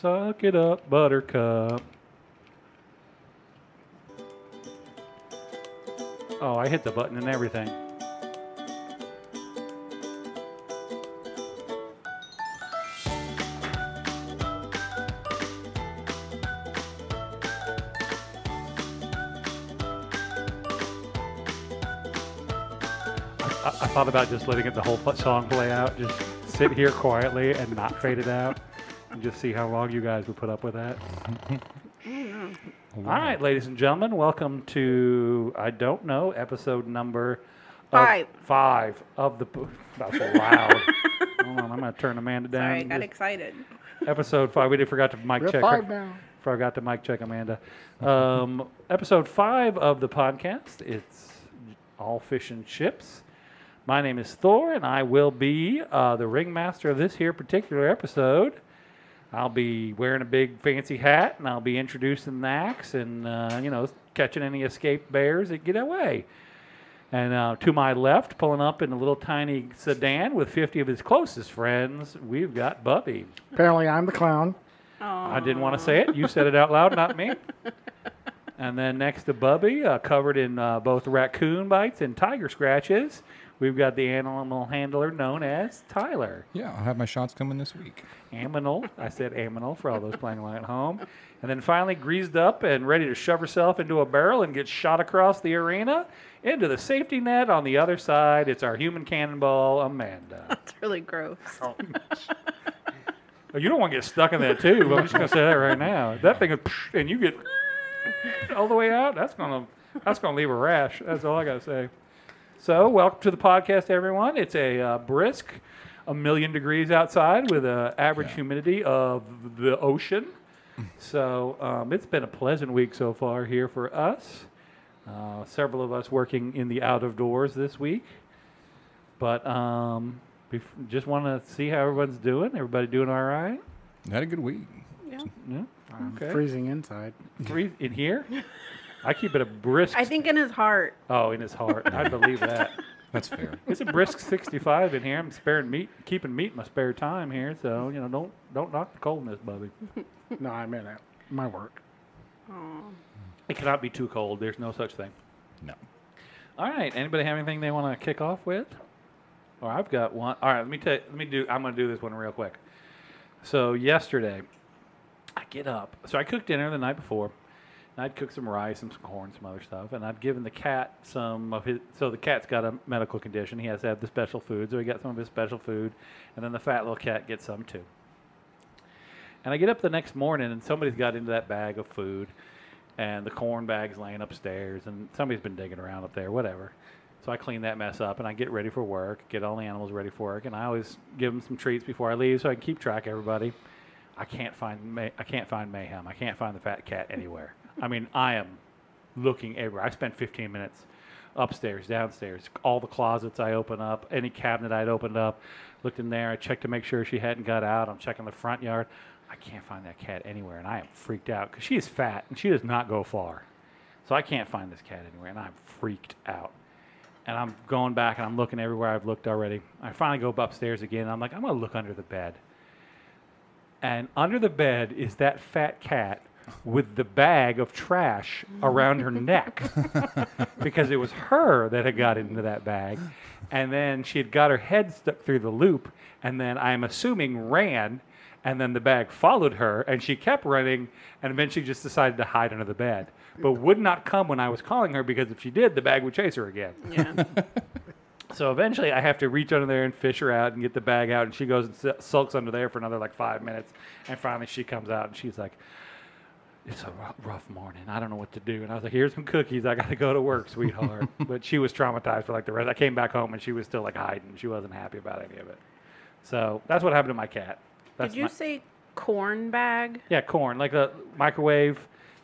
Suck it up, buttercup. Oh, I hit the button and everything. I, I thought about just letting it the whole fu- song play out. Just sit here quietly and not fade it out, and just see how long you guys would put up with that. All right, ladies and gentlemen, welcome to I don't know episode number of- Five. five of the. po- That's loud. Hold on, I'm gonna turn Amanda down. Sorry, I got Just- excited. episode five. We did forgot to mic check. her. Forgot to mic check Amanda. Um, episode five of the podcast. It's all fish and chips. My name is Thor, and I will be uh, the ringmaster of this here particular episode. I'll be wearing a big fancy hat, and I'll be introducing the axe, and uh, you know, catching any escaped bears that get away. And uh, to my left, pulling up in a little tiny sedan with 50 of his closest friends, we've got Bubby. Apparently, I'm the clown. I didn't want to say it. You said it out loud, not me. And then next to Bubby, uh, covered in uh, both raccoon bites and tiger scratches, we've got the animal handler known as Tyler. Yeah, I'll have my shots coming this week. Aminal. I said aminal for all those playing along at home. And then finally, greased up and ready to shove herself into a barrel and get shot across the arena into the safety net on the other side. It's our human cannonball, Amanda. It's really gross. Oh, You don't want to get stuck in that tube. I'm just gonna say that right now. That thing, is and you get all the way out. That's gonna that's gonna leave a rash. That's all I gotta say. So, welcome to the podcast, everyone. It's a uh, brisk, a million degrees outside with an average humidity of the ocean. So, um, it's been a pleasant week so far here for us. Uh, several of us working in the out of doors this week. But um, bef- just want to see how everyone's doing. Everybody doing all right? Had a good week. Yeah. Yeah. Okay. Freezing inside. Breathe in here. I keep it a brisk. I think in his heart. oh, in his heart. I believe that. That's fair. It's a brisk 65 in here. I'm sparing meat, keeping meat in my spare time here. So you know, don't don't knock the coldness, Bubby. No, I meant at my work. It cannot be too cold. There's no such thing. No. All right. Anybody have anything they want to kick off with? Or I've got one. All right. Let me tell. Let me do. I'm going to do this one real quick. So yesterday, I get up. So I cooked dinner the night before. And I'd cooked some rice and some corn, some other stuff, and I'd given the cat some of his. So the cat's got a medical condition; he has to have the special food. So he got some of his special food, and then the fat little cat gets some too. And I get up the next morning, and somebody's got into that bag of food, and the corn bag's laying upstairs, and somebody's been digging around up there, whatever. So I clean that mess up, and I get ready for work, get all the animals ready for work, and I always give them some treats before I leave so I can keep track of everybody. I can't find May- I can't find mayhem. I can't find the fat cat anywhere. I mean, I am looking everywhere. I spent 15 minutes upstairs, downstairs, all the closets I open up, any cabinet I'd opened up, looked in there. I checked to make sure she hadn't got out. I'm checking the front yard. I can't find that cat anywhere, and I am freaked out because she is fat and she does not go far. So I can't find this cat anywhere, and I'm freaked out. And I'm going back and I'm looking everywhere I've looked already. I finally go upstairs again. And I'm like, I'm gonna look under the bed. And under the bed is that fat cat with the bag of trash around her neck because it was her that had got into that bag. And then she had got her head stuck through the loop, and then I'm assuming ran, and then the bag followed her, and she kept running, and eventually just decided to hide under the bed, but would not come when I was calling her because if she did, the bag would chase her again. Yeah. So eventually, I have to reach under there and fish her out and get the bag out. And she goes and s- sulks under there for another like five minutes. And finally, she comes out and she's like, "It's a rough, rough morning. I don't know what to do." And I was like, "Here's some cookies. I got to go to work, sweetheart." but she was traumatized for like the rest. I came back home and she was still like hiding. She wasn't happy about any of it. So that's what happened to my cat. That's Did you my- say corn bag? yeah, corn like a microwave.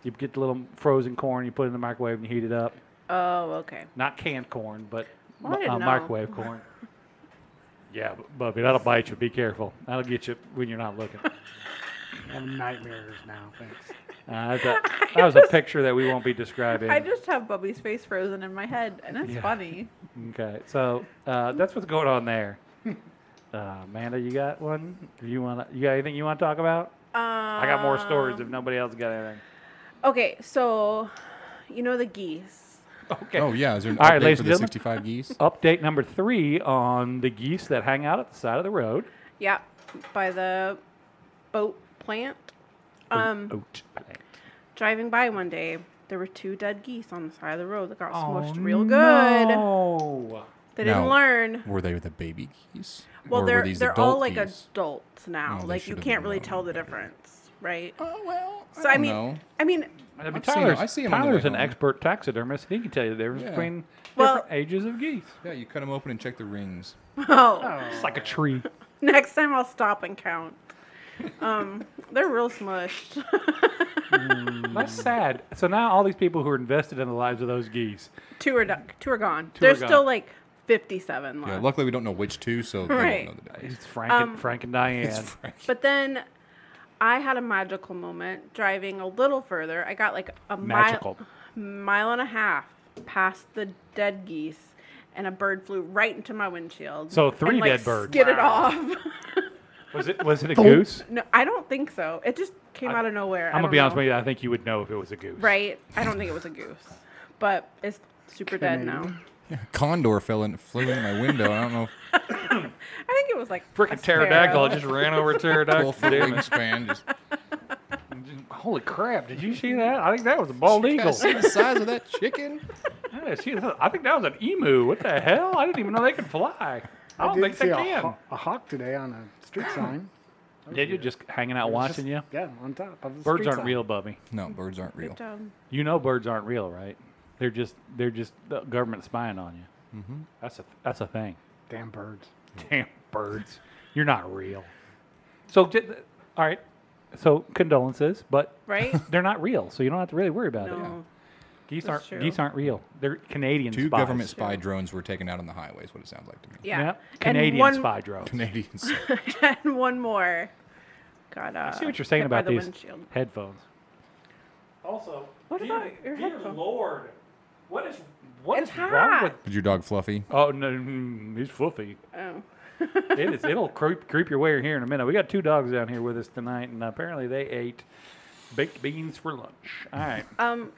You get the little frozen corn. You put it in the microwave and you heat it up. Oh, okay. Not canned corn, but Well, I mi- didn't uh, know. microwave corn. Yeah, bu- Bubby, that'll bite you. Be careful. That'll get you when you're not looking. I have nightmares now. Thanks. Uh, that's a- that was a picture that we won't be describing. I just have Bubby's face frozen in my head, and it's Yeah. funny. okay, so uh, that's what's going on there. Uh, Amanda, you got one? Do you want? to You got anything you want to talk about? Um, I got more stories if nobody else got anything. Okay, so you know the geese. Okay. Oh yeah, is there an All update right, ladies for and the gentlemen. 65 geese? Update number three on the geese that hang out at the side of the road. Yeah, by the boat plant. Um, Oat plant. driving by one day, there were two dead geese on the side of the road that got Oh, smushed real good. No. They didn't No. learn. Were they the baby geese? Well, or they're were these they're adult all like geese? adults now. No, they like you should've can't really known tell the better. difference, right? Oh well. So I, don't mean, know. I mean, I mean, I've seen 'em- Tyler's, I see 'em on the way Tyler's an home. expert taxidermist. He can tell you the difference Yeah. between Well- different ages of geese. yeah, you cut them open and check the rings. oh, It's like a tree. next time I'll stop and count. Um, they're real smushed. That's sad. So now all these people who are invested in the lives of those geese. two are du- two are gone. Two are There's still gone. like 57 left. Yeah, luckily we don't know which two, so Right. they don't know the difference. It's Frank and, Frank and Diane. It's Frank. But then I had a magical moment driving a little further. I got like a Magical. mile mile and a half past the dead geese and a bird flew right into my windshield. So three and, like, dead birds. Get it Wow. off. Was it was it a goose? no, I don't think so. It just came out of nowhere. I'm gonna be honest with you. I think you would know if it was a goose. Right? I don't think it was a goose. But it's super dead now. Canadian. Yeah, condor fell in, flew in my window. I don't know. I think it was like a Freaking ptarodactyl! I sparrow. just ran over a Full pterodactyl. foot Damn it. wingspan. Just Holy crap! Did you see that? I think that was a bald Yeah, eagle. see the size of that chicken. Yeah, see, I think that was an emu. What the hell? I didn't even know they could fly. I I don't did think see they a, can. haw- a hawk today on a street sign. Yeah, you're just hanging out It was watching just- you. Yeah, on top of the Birds street aren't sign. real, Bubby. No, birds aren't real. Good job. You know birds aren't real, right? They're just they're just the government spying on you. Mm-hmm. That's a that's a thing. Damn birds. Damn birds, you're not real. So j- all right, so condolences, but Right? they're not real, so you don't have to really worry about it. No. Geese That's aren't true. geese aren't real. They're Canadian Two spies. government spy drones were taken out on the highways. What it sounds like to me. Yeah. Yep. And Canadian one- spy drones. Canadians. and one more. Got uh, I see what you're saying hit by about the these windshield. headphones. Also, What dear- about your dear headphones? Lord, what is what It's is wrong with- hot. Did your dog Fluffy? Oh no, mm, he's fluffy. Oh. It is. It'll creep creep your way here in a minute. We got two dogs down here with us tonight, and apparently they ate baked beans for lunch. All right, Um,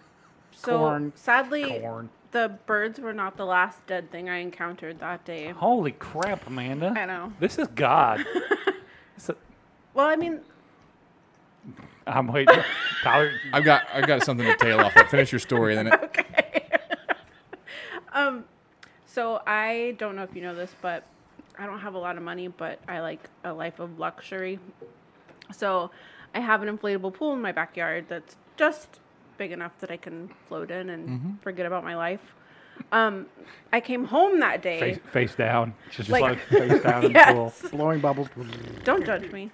so Corn. sadly, corn. the birds were not the last dead thing I encountered that day. Holy crap, Amanda! I know. This is God. This is- Well, I mean, I'm waiting. Tyler, I've got I've got something to tail off. But finish your story, and then it, so I don't know if you know this, but I don't have a lot of money, but I like a life of luxury. So I have an inflatable pool in my backyard that's just big enough that I can float in and Mm-hmm. forget about my life. Um, I came home that day. face, face down. She's just like, Like- face down in the pool. yes. Blowing bubbles. Don't judge me.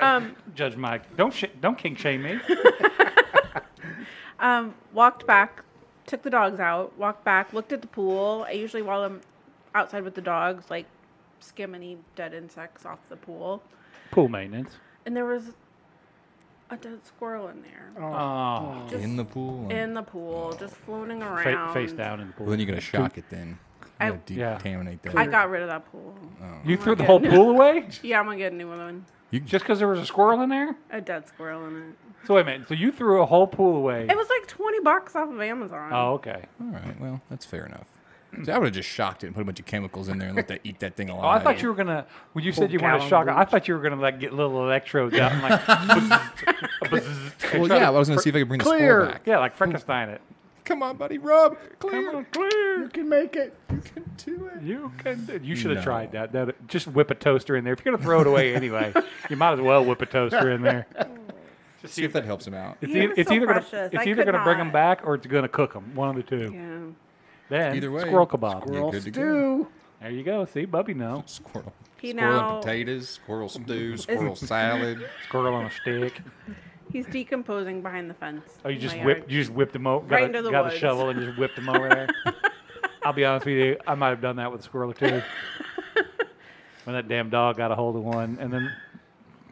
Um, Judge Mike, don't sh- don't king shame me. Um, walked back, took the dogs out, walked back, looked at the pool. I usually, while I'm outside with the dogs, like skim any dead insects off the pool. Pool maintenance. And there was a dead squirrel in there Oh, Just- in the pool. and- in the pool, just floating fa- around. face down in the well, pool. then you're gonna shock it. Then I- you Yeah. gotta decontaminate that. I got rid of that pool. You Oh, threw the whole pool away Yeah, I'm gonna get a new one. you can just because there was a squirrel in there. A dead squirrel in it. So wait a minute. So you threw a whole pool away. It was like 20 bucks off of Amazon. Oh, okay. All right. Well, that's fair enough. See, I would have just shocked it and put a bunch of chemicals in there and let that eat that thing alive. Oh, I thought you were gonna. When you said you wanted to gallon shock, I bleach. thought you were gonna like get little electrodes out and like. buzz, buzz, and Well, try yeah, I to was gonna fr- see if I could bring the squirrel clear. back. Yeah, like Frankenstein it. Come on, buddy, rub, clear, Come on, clear. You can make it. you can do it. You can. do- You should have No. tried that. That just whip a toaster in there. If you're gonna throw it away anyway, you might as well whip a toaster in there. Just See if that helps him out. It's, He e- was it's so either gonna, precious. it's I either could gonna bring not. them back or it's gonna cook them. One of the two. Yeah. Then Either way, squirrel kebab. You're Girls good to do. go. There you go. See, Bubby, no Squirrel. He squirrel now- and potatoes, squirrel stew, squirrel salad. squirrel on a stick. He's decomposing behind the fence. Oh, you in just my whipped. yard. You just whipped them over. Right got a, into the got a woods. shovel and just whipped them over there. I'll be honest with you. I might have done that with a squirrel or two. when that damn dog got a hold of one, and then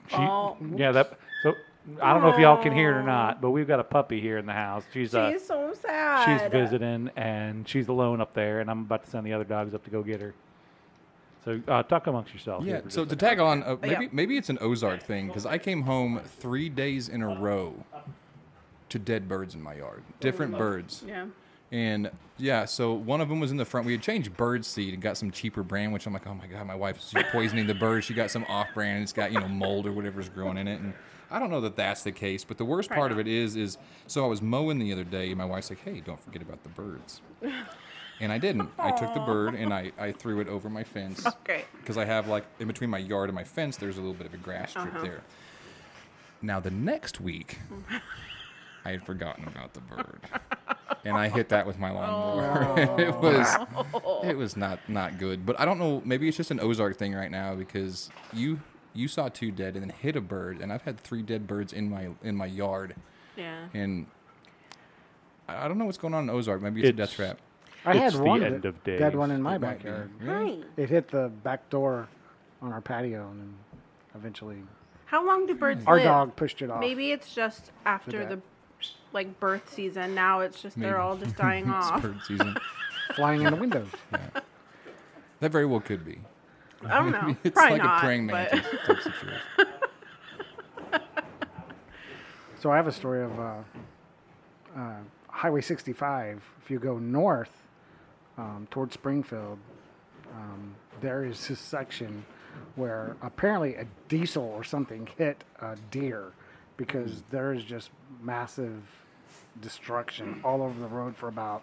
she, Oh. yeah, that. So I don't know if y'all can hear it or not, but we've got a puppy here in the house. She's uh, She's so sad. she's visiting and she's alone up there, and I'm about to send the other dogs up to go get her. So uh, talk amongst yourselves. Yeah. here for So just to a tag on, uh, yeah. maybe maybe it's an Ozark thing because I came home three days in a row to dead birds in my yard, different birds, Yeah. and yeah. So one of them was in the front. We had changed bird seed and got some cheaper brand, which I'm like, oh my god, my wife's poisoning the birds. She got some off brand and it's got you know mold or whatever's growing in it. And I don't know that that's the case, but the worst part of it is is so I was mowing the other day and my wife's like, hey, don't forget about the birds. And I didn't. I took the bird and I, I threw it over my fence Great. because I have like in between my yard and my fence, there's a little bit of a grass strip there. Now the next week, I had forgotten about the bird, and I hit that with my lawnmower. it was it was not not good. But I don't know. Maybe it's just an Ozark thing right now because you you saw two dead and then hit a bird, and I've had three dead birds in my in my yard, Yeah. and I I don't know what's going on in Ozark. Maybe it's, a death It's- trap. I It's had the one end that- of days. dead one in my It might be. backyard. Really? Hi. It hit the back door on our patio and then eventually How long do birds our live? dog pushed it off. Maybe it's just after that. the like birth season. Now it's just Maybe. they're all just dying It's off. bird season. flying in the windows. That very well could be. I don't know. It's Probably like not. a praying but mantis type situation. So I have a story of uh, uh, Highway 65. If you go north um, towards Springfield, um, there is this section where apparently a diesel or something hit a deer because there is just massive destruction all over the road for about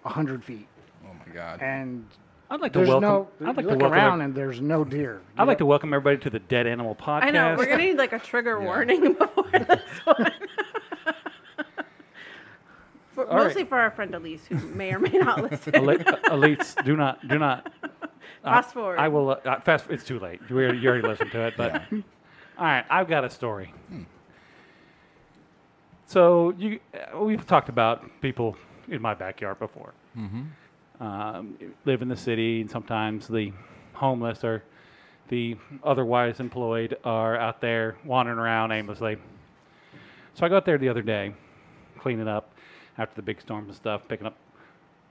100 feet. Oh my god. And I'd like to there's welcome. no, I'd like to you look welcome. around ev- and there's no deer. I'd like to welcome everybody to the Dead Animal Podcast. I know we're gonna need like a trigger Yeah. warning before this one. For, All right. mostly for our friend Elise, who may or may not listen. Eli- elites, do not, do not. I- Fast forward. I will uh, uh, fast. It's too late. You already, you already listened to it. But all right, I've got a story. So you, uh, we've talked about people in my backyard before. Mm-hmm. Um, live in the city, and sometimes the homeless or the otherwise employed are out there wandering around aimlessly. So I got there the other day, cleaning up after the big storms and stuff, picking up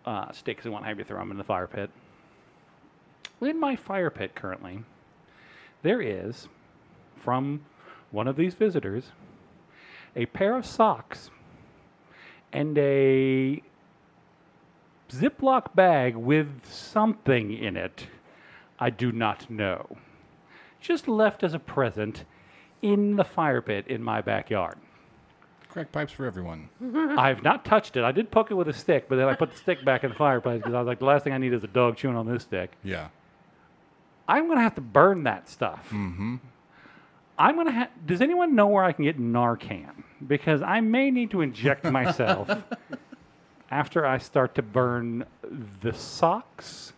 uh, sticks and what have you, throw them in the fire pit. In my fire pit currently, there is, from one of these visitors, a pair of socks and a Ziploc bag with something in it. I do not know. Just left as a present in the fire pit in my backyard. Crack pipes for everyone. I've not touched it. I did poke it with a stick, but then I put the stick back in the fireplace because I was like, the last thing I need is a dog chewing on this stick. Yeah. I'm gonna have to burn that stuff. Mm-hmm. I'm gonna. Ha- Does anyone know where I can get Narcan? Because I may need to inject myself after I start to burn the socks.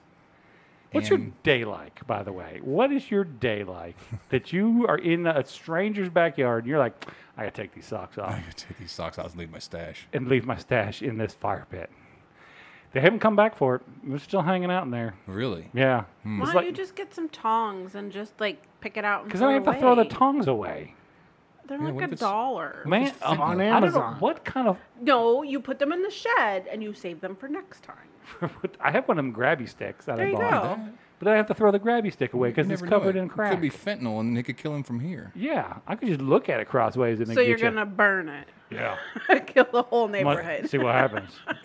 What's your And- day like, by the way? What is your day like that you are in a stranger's backyard and you're like, I gotta take these socks off I gotta take these socks out and leave my stash. and leave my stash in this fire pit? They haven't come back for it. They're still hanging out in there. Really? Yeah. Why Hmm. It's don't like- you just get some tongs and just like pick it out and Because throw I it have to throw the away? tongs away. They're Yeah, what like if a it's- dollar. Man, Just um, on I don't know Amazon. what kind of. No, you put them in the shed and you save them for next time. I have one of them grabby sticks that There I you bought, go. but I have to throw the grabby stick away because You it's never know. covered It in crack. Could be fentanyl, and they could kill him from here. yeah, I could just look at it crossways and then So get you're ya. gonna burn it, yeah, kill the whole Come on, neighborhood. see what happens. if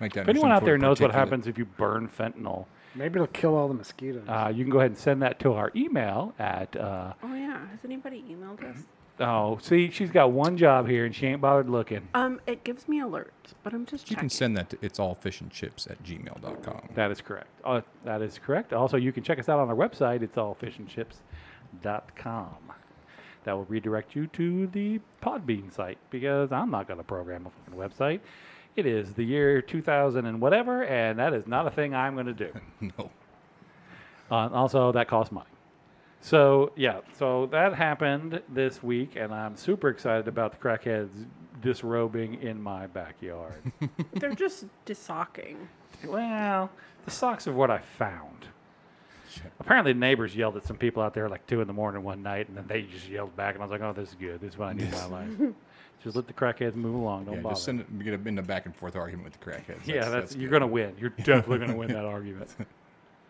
Make that. into anyone some out sort there of knows what particulate. happens if you burn fentanyl, Maybe it'll kill all the mosquitoes. uh, you can go ahead and send that to our email at. Uh, Oh yeah, has anybody emailed us? oh, see, she's got one job here and she ain't bothered looking. Um, it gives me alerts, but I'm just You checking. can send that to it's all fish and chips at gmail.com. That is correct. Uh, that is correct. Also, you can check us out on our website. It's allfishandchips.com. That will redirect you to the Podbean site because I'm not going to program a fucking website. It is the year 2000 and whatever, and that is not a thing I'm going to do. No. Uh, also, that costs money. So yeah, so that happened this week, and I'm super excited about the crackheads disrobing in my backyard. They're just disocking. Well, the socks are what I found. Shit. Apparently, the neighbors yelled at some people out there like two in the morning one night, and then they just yelled back, and I was like, "Oh, this is good. This is what I need in my life. Just let the crackheads move along. Don't Yeah, bother." just send it, get a, in a back and forth argument with the crackheads. yeah, that's, you're good. gonna win. You're definitely gonna win that argument.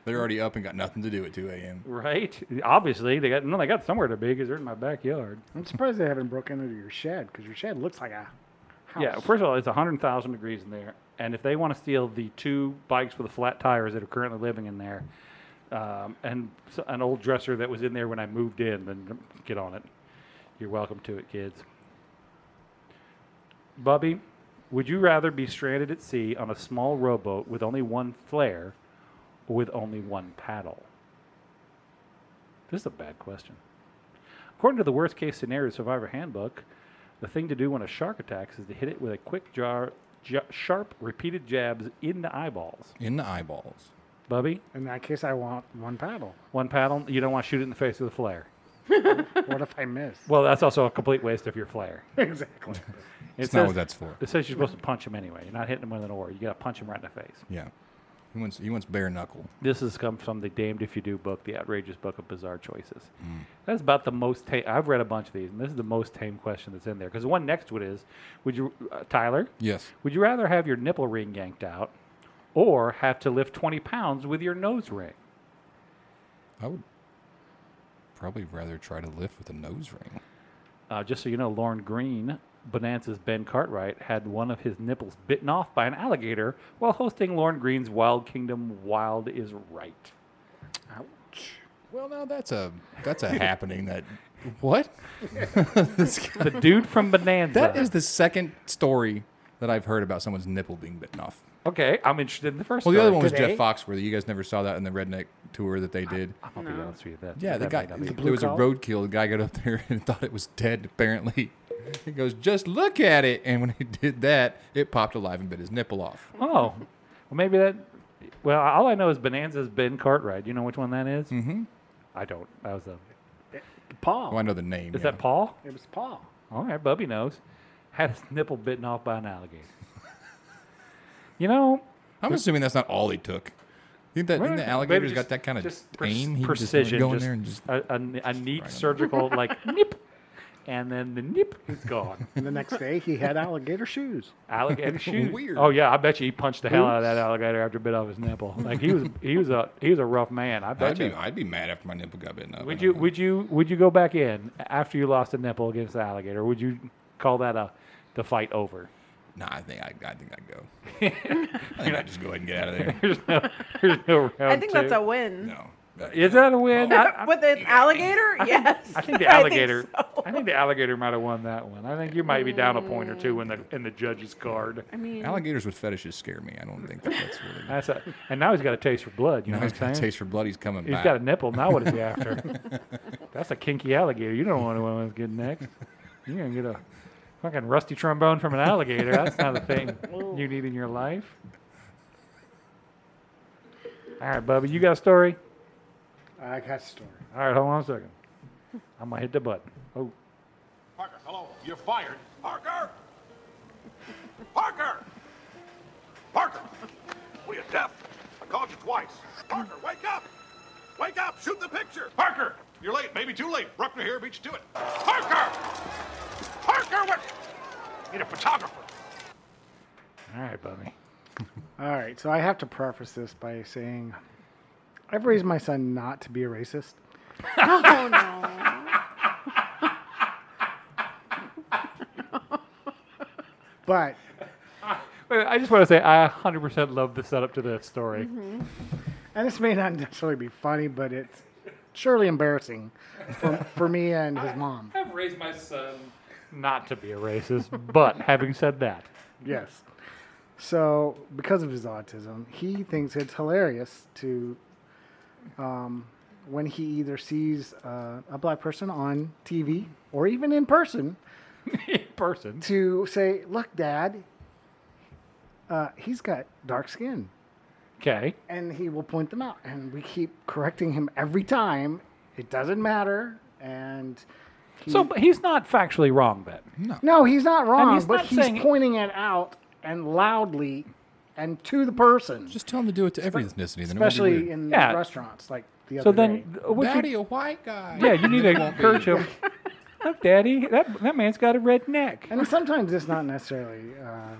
They're already up and got nothing to do at 2 a.m. Right? Obviously, they got no. They got somewhere to be because they're in my backyard. I'm surprised they haven't broken into your shed because your shed looks like a house. Yeah. First of all, it's hundred thousand degrees in there, and if they want to steal the two bikes with the flat tires that are currently living in there, um, and s an old dresser that was in there when I moved in, then get on it. You're welcome to it, kids. Bubby, would you rather be stranded at sea on a small rowboat with only one flare, or with only one paddle? This is a bad question. According to the worst case scenario survivor handbook, the thing to do when a shark attacks is to hit it with a quick jar, ja sharp, repeated jabs in the eyeballs. In the eyeballs. Bubby, In that case, I want one paddle. one paddle. You don't want to shoot it in the face with a flare. what if I miss? Well, that's also a complete waste of your flare. exactly. It That's not what that's for. It says you're supposed to punch him anyway. You're not hitting him with an oar. You got to punch him right in the face. Yeah. He wants, he wants bare knuckle. This has come from the Damned If You Do book, the outrageous book of bizarre choices. Hmm. That's about the most tame. I've read a bunch of these, and this is the most tame question that's in there. Because the one next to it is, would you, uh, Tyler, Yes. would you rather have your nipple ring yanked out, or have to lift 20 pounds with your nose ring? I would probably rather try to lift with a nose ring. Uh, just so you know, Lauren Green, Bonanza's Ben Cartwright, had one of his nipples bitten off by an alligator while hosting Lauren Green's Wild Kingdom Wild is Right. Well, now that's a that's a happening that what? This guy- The dude from Bonanza. that is the second story that I've heard about someone's nipple being bitten off. Okay, I'm interested in the first Well, the other story. one was Today? Jeff Foxworthy. You guys never saw that in the redneck tour that they did. I'll be honest with you. That, Yeah, the that guy. might not be- There was a blue roadkill. The guy got up there and thought it was dead. Apparently, he goes, "Just look at it." And when he did that, it popped alive and bit his nipple off. Oh, well, maybe that. Well, all I know is Bonanza's Ben Cartwright. Do you know which one that Mm-hmm. I don't. That was a. Is Well, Oh, I Paul. know the name. yeah. that Paul? It was Paul. All right, Bubby knows. Had his nipple bitten off by an alligator. you know, I'm assuming that's not all he took. You think that Well, think the maybe alligator's just- got that kind of just pers- aim? He just precision, would go in just there and just a, a, a neat right on. surgical like nip, and then the nip is gone. And the next day, he had alligator shoes. Alligator shoes. Weird. Oh yeah, I bet you he punched the hell out of that alligator after it bit off his nipple. Like he was, he was a, he was a rough man. I I'd bet be, you. I'd be mad after my nipple got bitten up. Would you, would you, would you go back in after you lost a nipple against the alligator? Would you call that a, the fight over? Nah, I think I, I think I'd go. I think I'd just go ahead and get out of there. There's no, there's no round. I think that's two. a win. No. Is that a win? I, I- With an alligator? Yes. I think the alligator. I think, so. the alligator might have won that one. I think you might be down a point or two in the in the judge's card. I mean, Alligators with fetishes scare me. I don't think that that's really. That's a, and now he's got a taste for blood. You now know he's what got I'm a saying? taste for blood. He's coming He's back. got a nipple. Now what is he after? That's a kinky alligator. You don't want to know what's good next. You're gonna get a fucking rusty trombone from an alligator. That's not a thing you need in your life. All right, Bubba, you got a story? I got a story. All right, hold on a second. I'm gonna hit the button. Oh, Parker, hello. You're fired. Parker! Parker! Parker! What are you, deaf? I called you twice. Parker, wake up! Wake up! Shoot the picture! Parker! You're late. Maybe too late. Bruckner here beats you to it. Parker! Parker, what? Need a photographer. all right, Bubby. All right, so I have to preface this by saying I've raised my son not to be a racist. oh no. But Wait, I just want to say I 100% love the setup to this story. and this may not necessarily be funny, but it's surely embarrassing for, for me and his mom. I've raised my son not to be a racist, but having said that, Yes. So because of his autism, he thinks it's hilarious to um, when he either sees uh, a black person on TV or even in person in person, to say, "Look, Dad, uh, he's got dark skin." okay, and he will point them out and we keep correcting him every time it doesn't matter and he, So but he's not factually wrong then. no he's not wrong he's but not he's saying- pointing it out and loudly and to the person Just tell him to do it to every ethnicity. Then it won't especially be in Yeah. restaurants like the other So then, day. th- what weird. you- Daddy, a white guy. yeah, you need It to won't be. encourage him. Look, Daddy, that that man's got a red neck. and sometimes it's not necessarily uh,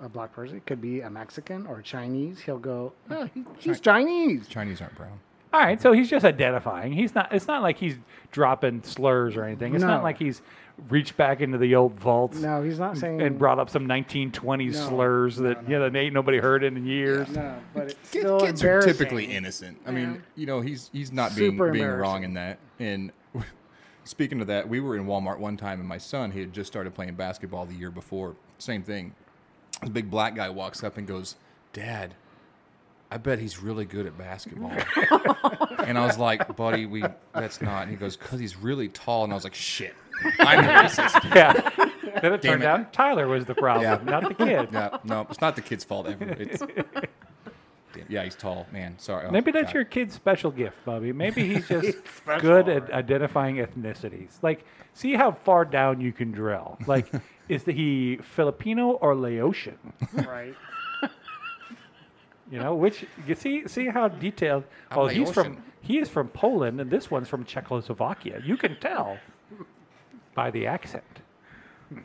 a, a black person. It could be a Mexican or Chinese. He'll go, oh, he, he's Chinese. Chinese aren't brown. All right, so he's just identifying. He's not. It's not like he's dropping slurs or anything. It's No. not like he's reached back into the old vaults No, he's not saying. and brought up some 1920s No, slurs that yeah, that ain't nobody heard in years. No, but it's Kid- still kids are typically embarrassing. innocent. I mean, Yeah. you know, he's he's not Super being being embarrassing. wrong in that. And speaking of that, we were in Walmart one time, and my son he had just started playing basketball the year before. Same thing. This big black guy walks up and goes, "Dad, I bet he's really good at basketball." and I was like, "Buddy, we that's not." And he goes, "Cause he's really tall." And I was like, "Shit." I'm racist. Yeah. then it turned it. out Tyler was the problem, Yeah. not the kid. No, no, it's not the kid's fault ever. It's, Damn, yeah, he's tall, man. Sorry. Oh, Maybe that's God. your kid's special gift, Bubby. Maybe he's just good at identifying ethnicities. Like, see how far down you can drill. Like, is he Filipino or Laotian? Right. You know, which you see see how detailed. I'm oh, he's from Laotian. he is from Poland, and this one's from Czechoslovakia. You can tell by the accent.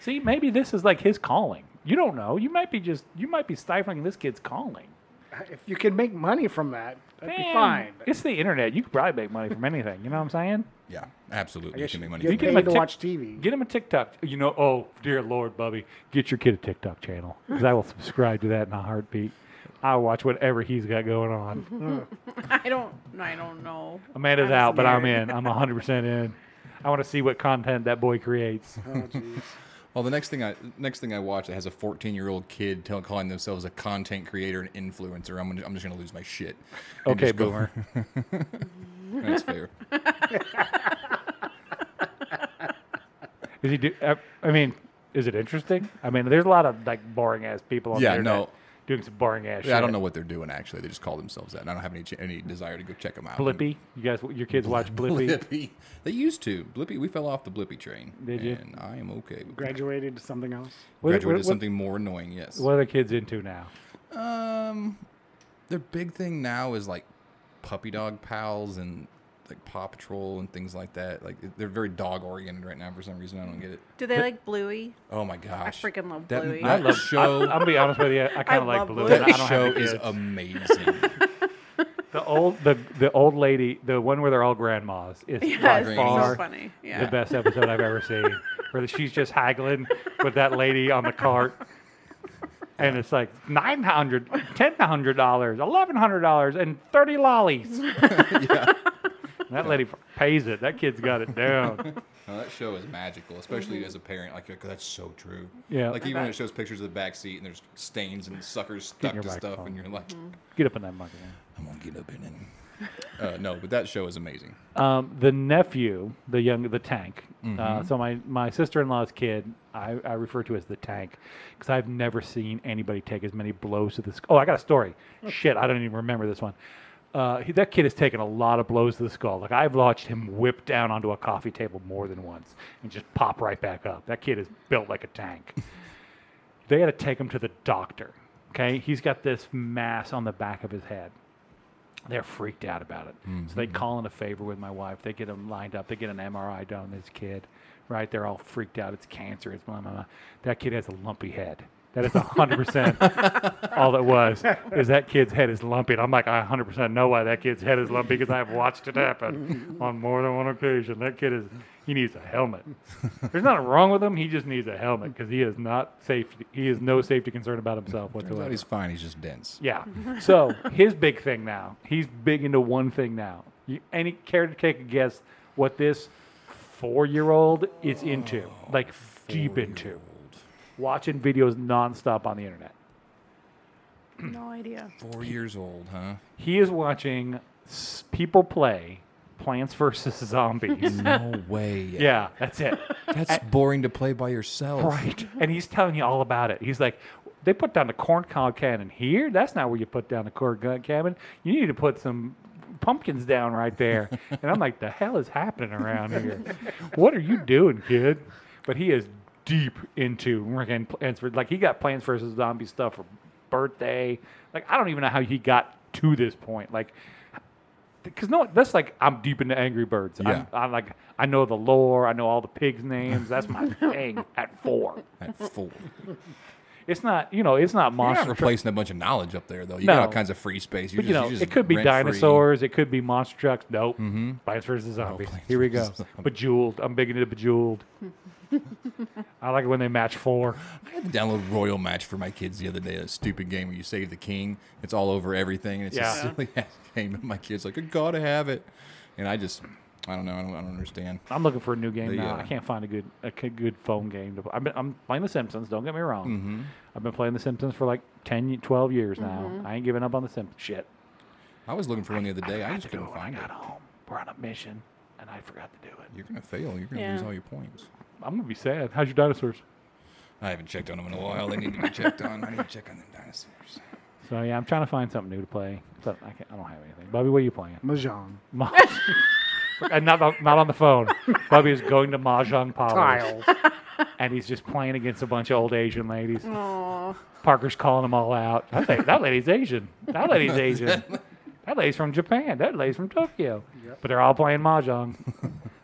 see, maybe this is like his calling. You don't know. You might be just you might be stifling this kid's calling. If you could make money from that, that'd be Man, fine. but It's the internet. You could probably make money from anything. You know what I'm saying? Yeah, absolutely. You guess can you make money. get from get it. him paid a to tic- watch TV. Get him a TikTok. You know, oh dear Lord, Bubby, get your kid a TikTok channel because I will subscribe to that in a heartbeat. I watch whatever he's got going on. I don't. I don't know. Amanda's I'm out, but I'm scared. in. I'm 100% in. I want to see what content that boy creates. Oh, jeez. Well, the next thing I next thing I watch that has a 14 year old kid tell, calling themselves a content creator and influencer, I'm gonna, I'm just gonna lose my shit. and Okay, just go- boomer. That's fair. Is he do, I, I mean, is it interesting? I mean, there's a lot of like boring ass people on Yeah, the internet no. doing some boring ass shit. Yeah, I don't know what they're doing actually. They just call themselves that, and I don't have any ch- any desire to go check them out. Blippy, you guys, your kids watch Blippy. Blippy. They used to. Blippy. We fell off the Blippy train. Did you? And I am okay. With that. Graduated to something else. What, Graduated what- something more annoying. Yes. what are the kids into now? Um, their big thing now is like puppy dog pals and like Paw Patrol and things like that. Like they're very dog oriented right now for some reason. I don't get it. Do they like Bluey? Oh my gosh! freaking love that, Bluey. That I love- show. I'm gonna be honest with you. I kind of like love Blue. Blue. and I don't that have show any is kids. amazing. the old the the old lady, the one where they're all grandmas, is Yeah, by it's far so funny. the Yeah. best episode I've ever seen. Where she's just haggling with that lady on the cart. And it's like nine hundred, ten hundred dollars, eleven hundred dollars, and thirty lollies. And That lady pays it. That kid's got it down. Now, that show is magical, especially as a parent. Like, you're like, that's so true. Yeah. Like I even when Mm-hmm. bet. it shows pictures of the back seat and there's stains and suckers stuck your to back stuff, phone. and you're like, Mm-hmm. Get up in that monkey. man. I'm gonna get up in it. Uh, no, but that show is amazing. um, the nephew, the young, the tank. Uh, so my my sister in law's kid, I, I refer to as the tank, because I've never seen anybody take as many blows to this. Oh, I got a story. Shit, I don't even remember this one. Uh, he, that kid has taken a lot of blows to the skull. Like I've watched him whip down onto a coffee table more than once and just pop right back up. That kid is built like a tank they had to take him to the doctor. Okay, he's got this mass on the back of his head. They're freaked out about it, so they call in a favor with my wife. They get him lined up. They get an MRI done. on This kid, right? They're all freaked out. It's cancer. It's blah blah blah. That kid has a lumpy head. That is hundred percent all it was. Is that kid's head is lumpy? And I'm like, I hundred percent know why that kid's head is lumpy because I've watched it happen on more than one occasion. That kid is he needs a helmet. There's nothing wrong with him. He just needs a helmet because he is not safe. He is no safety concern about himself But whatsoever. he's fine. He's just dense. Yeah. So his big thing now. He's big into one thing now. You, any care to take a guess what this four-year-old is into? Like deep into watching videos nonstop on the internet. No idea. Four years old, huh? He is watching s- people play Plants vs Zombies. No way. yeah, that's it. That's boring to play by yourself. Right. And he's telling you all about it. He's like, they put down the corn cob cannon here. That's not where you put down the corn cob cannon. You need to put some pumpkins down right there. and I'm like, the hell is happening around here? what are you doing, kid? But he is deep into freaking plans for like he got plans versus zombie stuff for birthday. Like I don't even know how he got to this point. Like because no, that's like I'm deep into Angry Birds. Yeah. I'm, I'm like I know the lore. I know all the pigs' names. That's my thing. At four, At four. it's not you know it's not You're monster. not truck. replacing a bunch of knowledge up there, though. You No. got all kinds of free space. but you just- know just it could be rent-free. dinosaurs. It could be monster trucks. Nope. Mm-hmm. Plants vs Zombies. Plants Here we go. vs. Zombies. Bejeweled. I'm big into Bejeweled. I like it when they match four. I had to download Royal Match for my kids the other day. A stupid game where you save the king. It's all over everything, and it's a Yeah. silly ass game. But my kids like, I gotta have it, and I just, I don't know. I don't, I don't understand. I'm looking for a new game The, now. uh, I can't find a good a c- good phone game. To play. I've been, I'm playing The Simpsons. Don't get me wrong. Mm-hmm. I've been playing The Simpsons for like 10, y- 12 years now. I ain't giving up on The Simpsons shit. I was looking for one the other day. I, had just to do couldn't when find I it. got home. We're on a mission, and I forgot to do it. You're gonna fail. You're gonna Yeah. lose all your points. I'm gonna be sad. How's your dinosaurs? I haven't checked on them in a while. They need to be checked on. I need to check on them dinosaurs. So yeah, I'm trying to find something new to play. So I, can't, I don't have anything. Bobby, what are you playing? Mahjong. and not on- not on the phone. Bobby is going to mahjong powers, Tiles. and he's just playing against a bunch of old Asian ladies. Aw. Parker's calling them all out. I think that lady's Asian. That lady's Asian. That lady's from Japan. That lady's from Tokyo. But they're all playing mahjong.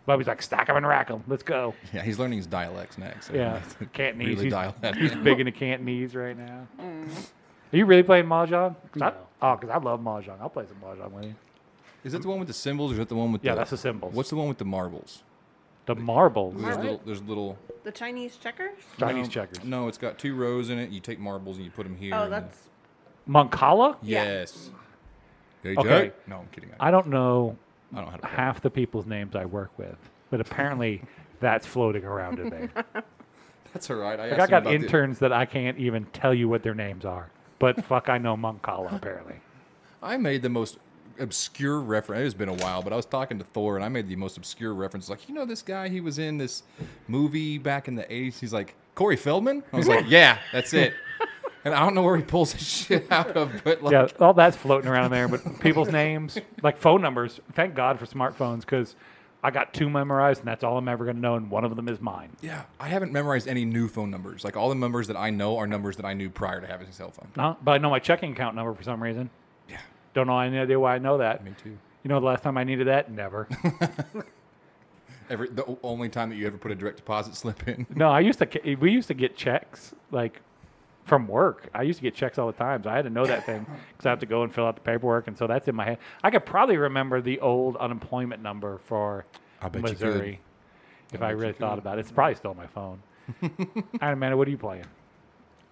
Bobby's like, stack 'em and rack 'em. Let's go. Yeah, he's learning his dialects next. Yeah. Cantonese. Really he's, dialect. he's big into Cantonese right now. Are you really playing mahjong? 'Cause I, No. oh, because I love mahjong. I'll play some mahjong with you. Is that the one with the symbols, or is that the one with Yeah, the? that's the symbols. What's the one with the marbles? The marbles. There's Marble? little. There's little The Chinese checkers? Chinese no, checkers. No, it's got two rows in it. You take marbles and you put them here. Oh, and then- that's. Moncala? yeah. yes. Hey, Okay. Jack. No, I'm kidding. I, I don't know I don't know how to play. half the people's names I work with, but apparently that's floating around in there. That's all right. I, Like asked I him got about the- interns that I can't even tell you what their names are, but fuck, I know Moncala apparently. I made the most obscure reference. It's been a while, but I was talking to Thor and I made the most obscure reference. Like, you know, this guy, he was in this movie back in the 80s. He's like, Corey Feldman? I was like, yeah, that's it. And I don't know where he pulls this shit out of, but like, Yeah, all that's floating around there, but people's names, like phone numbers. Thank God for smartphones because I got two memorized, and that's all I'm ever going to know, and one of them is mine. yeah, I haven't memorized any new phone numbers. Like, all the numbers that I know are numbers that I knew prior to having a cell phone. Huh? But I know my checking account number for some reason. Yeah, Don't know any idea why I know that. me too. You know, the last time I needed that, never. Every the o- only time that you ever put a direct deposit slip in. No, I used to. ca- We used to get checks like from work. I used to get checks all the time, so I had to know that thing because I have to go and fill out the paperwork, and so that's in my head. I could probably remember the old unemployment number for I bet you could. Missouri if I, bet you really thought could. about it. It's probably still on my phone. All right, Amanda, what are you playing?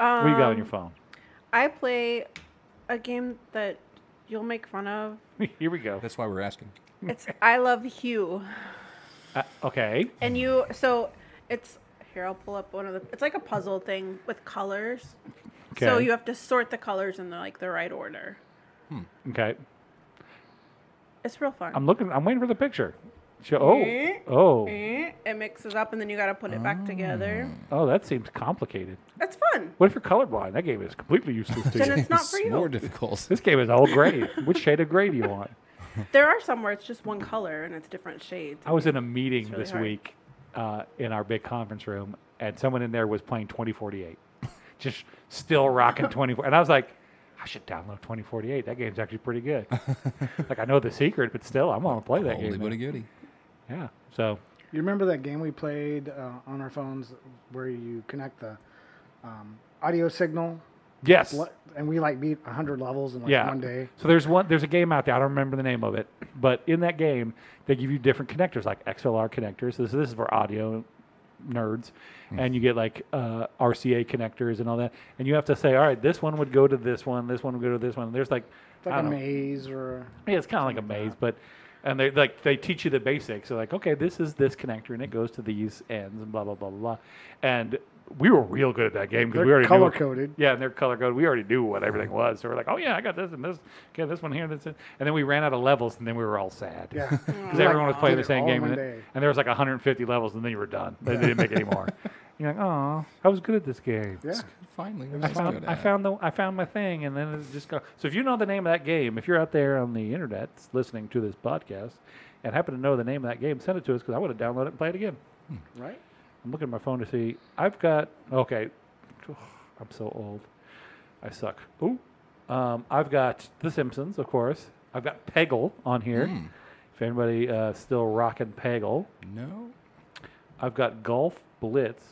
what do you got on your Um, phone? I play a game that you'll make fun of. Here we go. That's why we're asking. It's I Love Hugh. Uh, okay, And you. So it's. Here, I'll pull up one of the. It's like a puzzle thing with colors. So Okay. you have to sort the colors in the, like the right order. okay. It's real fun. I'm looking. I'm waiting for the picture. Show, oh, oh, Eh, It mixes up and then you got to put it back together. oh! That seems complicated. It's fun. What if you're colorblind? That game is completely useless to Then you. it's not It's for you. more difficult. This game is all gray. Which shade of gray do you want? There are some where it's just one color and it's different shades. I was in a meeting really this hard. week uh, in our big conference room, and someone in there was playing 2048, just still rocking 24. And I was like, I should download 2048. That game's actually pretty good. like I know the secret, but still, I want to play that Holy game. buddy goody. Yeah. So You remember that game we played uh, on our phones where you connect the um, audio signal, yes. le- and we like beat 100 levels in like yeah. one day. So there's one. There's a game out there. I don't remember the name of it, but in that game, they give you different connectors, like XLR connectors. This this is for audio nerds, Hmm. and you get like uh, RCA connectors and all that. And you have to say, all right, this one would go to this one. This one would go to this one. There's like, It's like I a don't know. maze or Yeah, it's kind of like a maze, but and they like they teach you the basics. They're like, okay, this is this connector, and it goes to these ends, and blah blah blah blah. blah. And we were real good at that game because They're we already knew- color-coded. Yeah, and they're color coded. We already knew what everything was, so we're like, oh yeah, I got this and this. Okay, this one here, this, and and then we ran out of levels, and then we were all sad. yeah. because everyone was playing the did it same all in game, one and, day. and there was like 150 levels, and then you were done. They didn't make any more. You're like, oh, I was good at this game. yeah. Finally, I found I found the I found my thing, and then it just go. So if you know the name of that game, if you're out there on the internet listening to this podcast and happen to know the name of that game, send it to us because I want to download it and play it again. Right? I'm looking at my phone to see. I've got okay. I'm so old. I suck. Ooh. Um, I've got The Simpsons, of course. I've got Peggle on here. If anybody uh, still rocking Peggle, No. I've got Golf Blitz.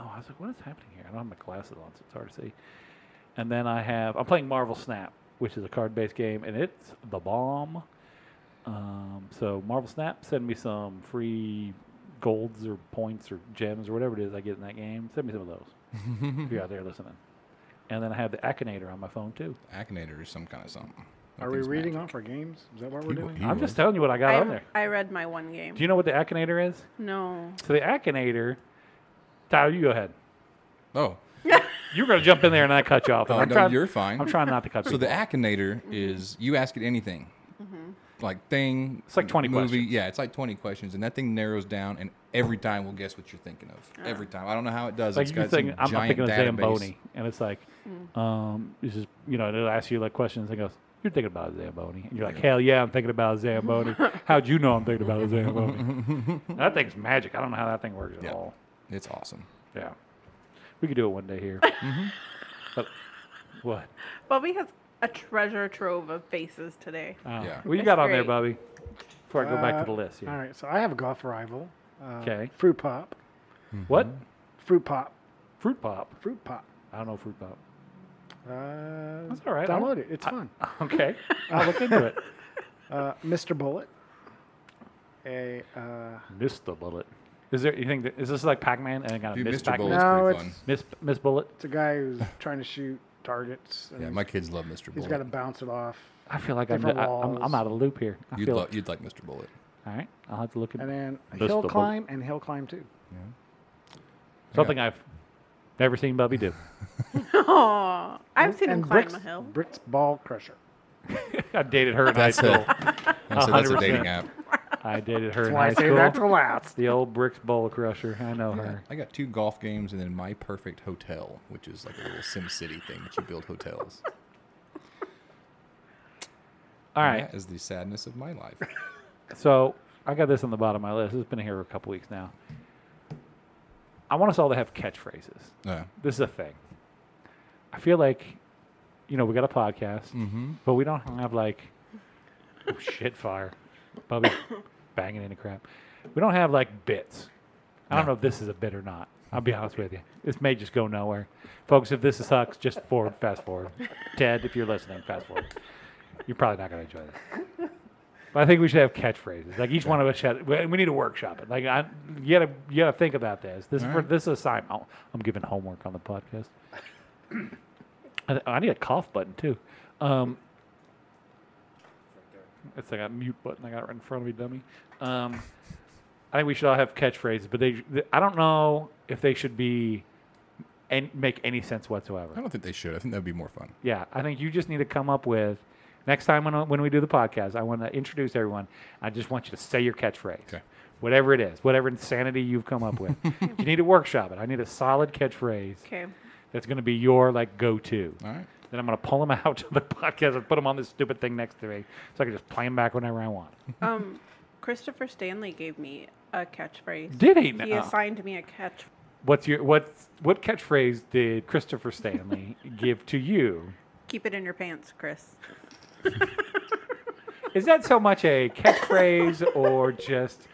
Oh, I was like, what is happening here? I don't have my glasses on, so it's hard to see. And then I have I'm playing Marvel Snap, which is a card-based game, and it's the bomb. Um, so Marvel Snap, send me some free golds or points or gems or whatever it is I get in that game. Send me some of those if you're out there listening. And then I have the Akinator on my phone too. Akinator is some kind of something. That Are we thing's reading magic. off our games? Is that what we're He wa- doing? he I'm was. just telling you what I got on I, there. I read my one game. Do you know what the Akinator is? no. So the Akinator, Tyler, you go ahead. Oh. You were going to jump in there and I cut you off. Oh, I'm no, trying, you're fine. I'm trying not to cut So people the off. Akinator is you ask it anything, Mm-hmm. like thing. It's like 20 movie. questions. Yeah, it's like twenty questions, and that thing narrows down, and every time we'll guess what you're thinking of. Every time. I don't know how it does. Like it's you got think some I'm giant thinking of database. Zamboni, and it's like, Hmm. um, this is you know, it'll ask you like questions and goes, "You're thinking about a Zamboni," and you're like, "Hell yeah, I'm thinking about a Zamboni." How'd you know I'm thinking about a Zamboni? that thing's magic. I don't know how that thing works at Yeah. all. It's awesome. Yeah, we could do it one day here. Mm-hmm. But what? Bubby has a treasure trove of faces today. Oh. Yeah. What you It's got on there, great. Bobby? Before I go back Uh, to the list. Yeah. All right, so I have Golf Rival. uh, Okay. Fruit Pop. Mm-hmm. What? Fruit Pop. Fruit pop. Fruit Pop. I don't know fruit pop. Uh, That's all right. I Download don't- it. It's fun. Okay. I'll look into it. Uh, Mr. Bullet. A uh, Missed the bullet. Is there anything that is this like Pac-Man and I got a Dude, miss Mr. Pac-Man? Bullet's No, pretty it's- fun. Miss Miss Bullet. it's a guy who's trying to shoot targets. And Yeah, my kids love Mr. he's got to Bullet. bounce it off. I feel like I'm, Different I, I'm walls. I'm out of the loop here. I You'd, feel lo- you'd like Mr. Bullet. all right. I'll have to look at And then Mr. Hill Bullet. Climb and Hill Climb too. something I've never seen Bubby do. Oh, I've seen him and climb Bricks, a hill. Bricks Ball Crusher. I dated her in high That's school. a, I said that's a 100%. dating app. I dated her That's in why I high say that to school. last. The old bricks bowl crusher. I know Yeah, her. I got two golf games and then My Perfect Hotel, which is like a little Sim City thing that you build hotels. All And right. That is the sadness of my life. So I got this on the bottom of my list. It's been here for a couple weeks now. I want us all to have catchphrases. Uh, This is a thing. I feel like, you know, we got a podcast, but we don't have like oh, shit fire, Bubby banging into crap. We don't have like bits. I don't know if this is a bit or not. I'll be honest with you. This may just go nowhere, folks. If this sucks, just forward, fast forward. Ted, if you're listening, fast forward. You're probably not going to enjoy this. But I think we should have catchphrases. Like each one of us should. We we need to workshop it. Like I, you gotta, you gotta think about this. This, is for, Alright. this is a sign. Oh, I'm giving homework on the podcast. I, th- I need a cough button too. Um, it's like a mute button I got right in front of me, dummy. Um, I think we should all have catchphrases, but they, th- I don't know if they should be, and make any sense whatsoever. I don't think they should. I think that'd be more fun. Yeah, I think you just need to come up with next time when, I- when we do the podcast. I want to introduce everyone. I just want you to say your catchphrase, Okay. whatever it is, whatever insanity you've come up with. you need to workshop it. I need a solid catchphrase Okay. that's going to be your like go-to. All right. Then I'm going to pull them out of the podcast and put them on this stupid thing next to me, so I can just play them back whenever I want. Um, Christopher Stanley gave me a catchphrase. Did he? He Nuh-uh. assigned me a catch. What's your what? What catchphrase did Christopher Stanley give to you? Keep it in your pants, Chris. Is that so much a catchphrase or just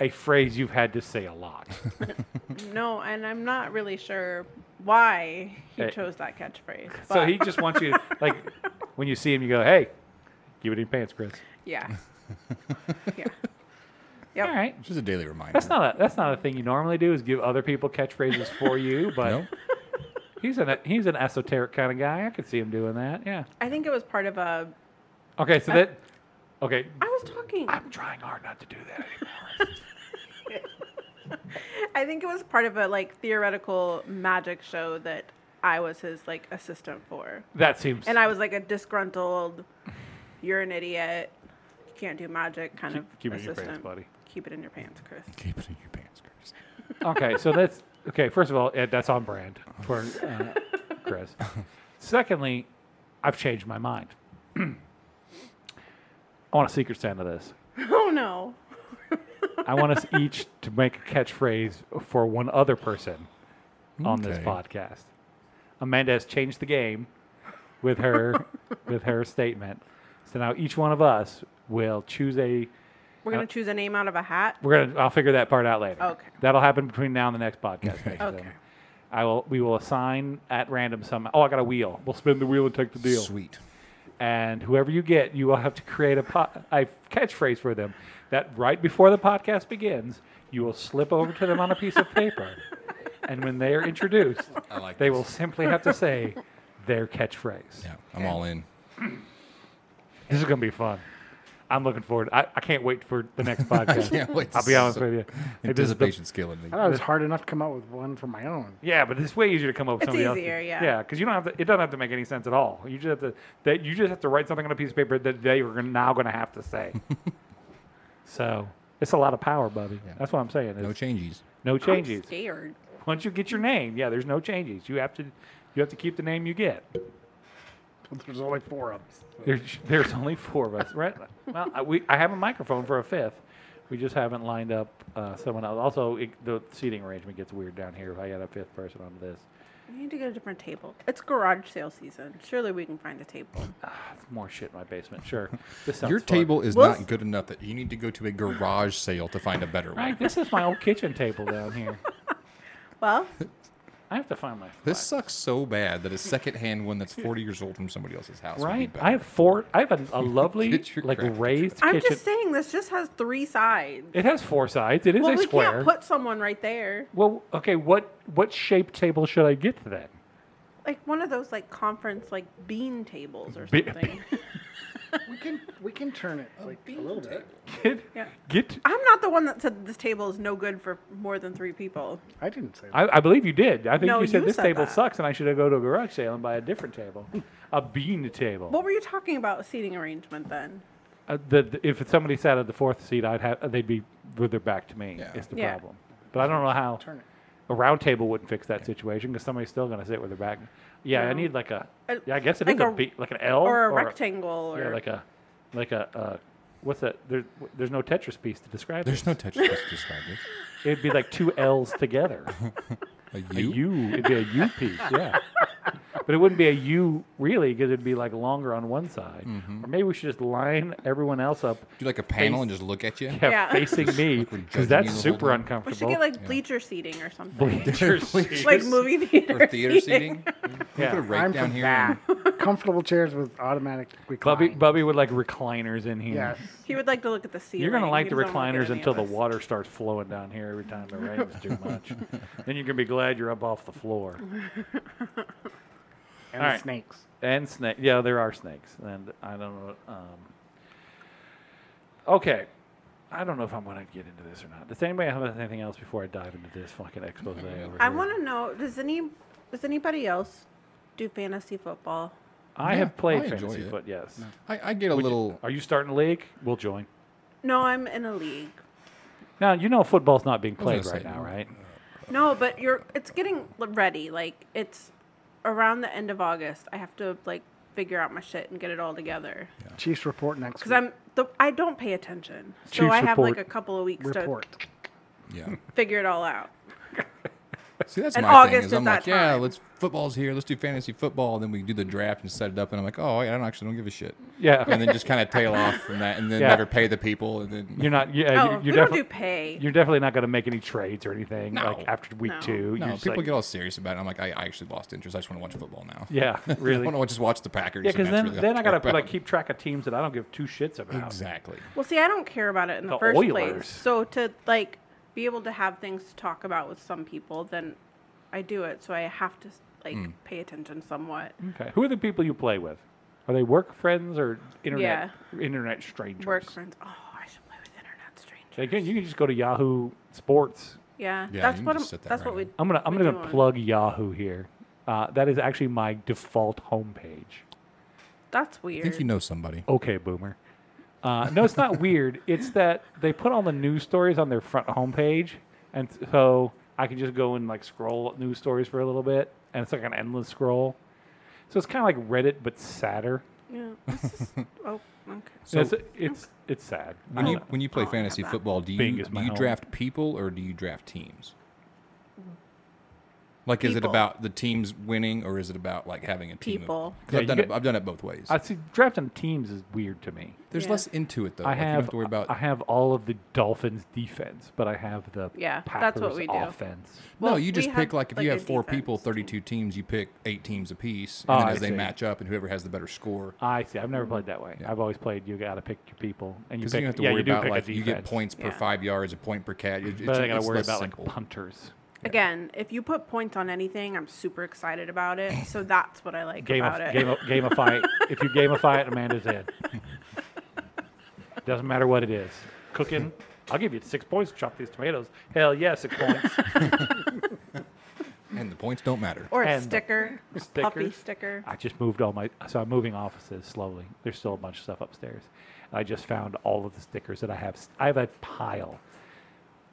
a phrase you've had to say a lot? No, and I'm not really sure why he Hey. chose that catchphrase. But So he just wants you to, like, when you see him, you go, hey, give it in your pants, Chris. yeah. yeah. Yep. All right. It's just a daily reminder. That's not a that's not a thing you normally do is give other people catchphrases for you, but No? he's an he's an esoteric kind of guy. I could see him doing that. Yeah. I think it was part of a. Okay, Uh, so that okay. I was talking. I'm trying hard not to do that anymore. I think it was part of a like theoretical magic show that I was his like assistant for. that seems And I was like a disgruntled, you're an idiot, you can't do magic kind Keep- of keep it in your assistant. pants, buddy. Keep it in your pants, Chris. Keep it in your pants, Chris. okay, so that's okay. First of all, Ed, that's on brand for uh, Chris. Secondly, I've changed my mind. I want a secret sound of this. Oh no. I want us each to make a catchphrase for one other person on this Okay. podcast. Amanda has changed the game with her with her statement. So now each one of us will choose a. We're Uh, gonna choose a name out of a hat. We're gonna. I'll figure that part out later. Okay. That'll happen between now and the next podcast. ladies and Okay. gentlemen. I will. We will assign at random some. Oh, I got a wheel. We'll spin the wheel and take the deal. Sweet. and whoever you get, you will have to create a, po- a catchphrase for them that right before the podcast begins, you will slip over to them on a piece of paper. And when they are introduced, I like they this. will simply have to say their catchphrase. Yeah, I'm all in. This is going to be fun. I'm looking forward. I, I can't wait for the next I podcast. can't wait. to will be see honest some- with you. It is the- Anticipation's killing me. I thought it was hard enough to come up with one for my own. yeah, but it's way easier to come up with It's somebody else. easier, yeah. Yeah, because you don't have to. It doesn't have to make any sense at all. You just have to. That you just have to write something on a piece of paper that they are gonna- now going to have to say. so it's a lot of power, Bubby. That's what I'm saying. No is changes. no I'm changes. scared. Once you get your name, yeah, there's no changes. You have to. You have to keep the name you get. There's only four of us. There's, there's only four of us, right? Well, I, we, I have a microphone for a fifth. We just haven't lined up uh, someone else. Also, it, the seating arrangement gets weird down here if I had a fifth person on this. We need to get a different table. It's garage sale season. Surely we can find a table. More shit in my basement, sure. This sounds Your fun. table is Well- not good enough that you need to go to a garage sale to find a better one. Like, this is my old kitchen table down here. Well, I have to find my. This sucks so bad that a secondhand one that's 40 years old from somebody else's house would be right? better. I have four. I have a, a lovely Get your like crap raised I'm kitchen. just saying this just has three sides. it has four sides. It is well, a we square. can't put someone right there. well, okay. What what shape table should I get then? Like one of those like conference like bean tables or Be- something. We can we can turn it like a little bit. Get Yeah. get. I'm not the one that said this table is no good for more than three people. I didn't say that. I, I believe you did. I think No, you said you this said table that. sucks, and I should go to a garage sale and buy a different table, a bean table. What were you talking about seating arrangement then? Uh, the, the- if somebody sat at the fourth seat, I'd have they'd be with their back to me. Yeah. Is the Yeah. problem. But I don't know how Turn it. a round table wouldn't fix that situation because somebody's still going to sit with their back. Yeah, I No. need like a. A- Yeah, I guess it is like like a, a- B- like an L or a rectangle or Yeah, like a, like a. Uh, what's that? There, w- there's no Tetris piece to describe There's it. no touch to describe this. It'd be like two L's together. A A U? U. It'd be a U piece. Yeah. But it wouldn't be a U really because it'd be like longer on one side. Mm-hmm. Or maybe we should just line everyone else up Do like a panel and just look at you? yeah, Yeah. facing me we're because judging that's you the whole super time. we uncomfortable. should get like bleacher seating or something. bleacher seats. like movie theater. Or theater seating? Yeah. Put a rake I'm down for here. that. and- Comfortable chairs with automatic recline. Bubby, Bubby would like recliners in here. Yes. He would like to look at the ceiling. You're gonna like He the doesn't wanna look recliners at any until of the us. water starts flowing down here every time the rains too much. then you're gonna be glad you're up off the floor. And All the right. snakes. And snake. Yeah, there are snakes, and I don't know. Um, okay, I don't know if I'm gonna get into this or not. Does anybody have anything else before I dive into this fucking expose over I here? want to know does any does anybody else do fantasy football? I Yeah, have played I enjoy fantasy, it. but yes. I, I get a Would you- little. are you starting a league? We'll join. No, I'm in a league. Now you know football's not being was played gonna right say, now, right? No, but you're it's getting l- ready. Like it's around the end of August. I have to like figure out my shit and get it all together Chiefs report next because week. I'm the I don't pay attention. So Chiefs I have like a report. couple of weeks report. Yeah. to figure it all out. See, that's And my thing. August is Is I'm like, that yeah, time. let's football's here. Let's do fantasy football. And then we do the draft and set it up. And I'm like, oh, I don't actually don't give a shit. Yeah. And then just kind of tail off from that, and then Yeah. never pay the people. And then You're not. Yeah, Oh, you- we you're don't do definitely. pay. You're definitely not going to make any trades or anything No. like after week No. two. no, You're just people like, get all serious about it. I'm like, I, I actually lost interest. I just want to watch football now. yeah, I really. want yeah, to just watch the Packers. and because that's then, really all then I got care to about. like keep track of teams that I don't give two shits about. exactly. Well, see, I don't care about it in the, The first Oilers. place. So to like be able to have things to talk about with some people, then I do it. So I have to like Hmm. pay attention somewhat. Okay. Who are the people you play with? Are they work friends or internet internet strangers? Work friends. Oh, I should play with internet strangers. Again, you can just go to Yahoo Sports. Yeah, Yeah, that's you can what just I'm, set that that's what right we. up. I'm gonna I'm we gonna do on- plug Yahoo here. Uh, that is actually my default homepage. That's I weird. think you know somebody. okay, boomer. Uh, no, it's not weird. It's that they put all the news stories on their front homepage, and t- so I can just go and like scroll news stories for a little bit, and it's like an endless scroll. So it's kind of like Reddit, but sadder. Yeah. this is- oh, okay. So it's it's it's sad. when I you don't know. when you play Oh, I fantasy have that. football, do Bing you is do my you home. draft people or do you draft teams? Like, is it People. about the teams winning or is it about like having a team? of- People. 'cause Yeah, I've, you done it, get- I've done it both ways. I see drafting teams is weird to me. There's Yeah. less into it though. I like, you don't have have to worry about. I have all of the Dolphins defense, but I have the Yeah, Packers that's what we do. offense. no, Well, you we just had, pick like if you like, a have four people, defense. 32 teams, you pick eight teams apiece, Oh, and then I as they see. match up, and whoever has the better score, I see. I've never played that way. Yeah. I've always played. You got to pick your people, and you because pick. you don't have to yeah, worry you do about pick like a you defense. get points per Yeah. five yards, a point per cat. It, it's, but I got it's to worry less about simple. like punters. Again, if you put points on anything, I'm super excited about it. So that's what I like Game about of, it. game of, gamify. it. if you gamify it, Amanda's in. Doesn't matter what it is. Cooking. I'll give you six points. to Chop these tomatoes. Hell yeah, six points. and the points don't matter. or a and sticker, puppy stickers. sticker. I just moved all my, so I'm moving offices slowly. There's still a bunch of stuff upstairs. I just found all of the stickers that I have. s- I have a pile.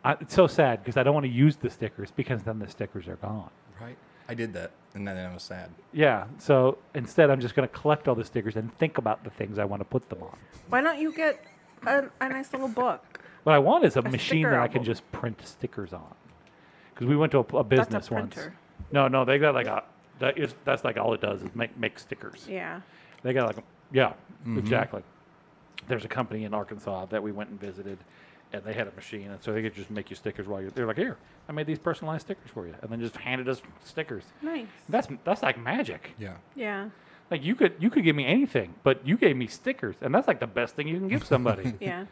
I, it's so sad because I don't want to use the stickers because then the stickers are gone. Right? I did that, and then I was sad. Yeah. So instead, I'm just going to collect all the stickers and think about the things I want to put them on. Why don't you get a, a nice little book? What I want is a, machine sticker that I can album. just print stickers on. Because we went to a, a business once. printer. No, no, they got like a. That is, that's like all it does is make make stickers. Yeah. They got like, a- yeah, exactly. There's a company in Arkansas that we went and visited, and they had a machine, and so they could just make you stickers while you're. They're like, here, I made these personalized stickers for you, and then just handed us stickers. Nice. That's that's like magic. Yeah. Yeah. Like you could you could give me anything, but you gave me stickers, and that's like the best thing you can give somebody. Yeah.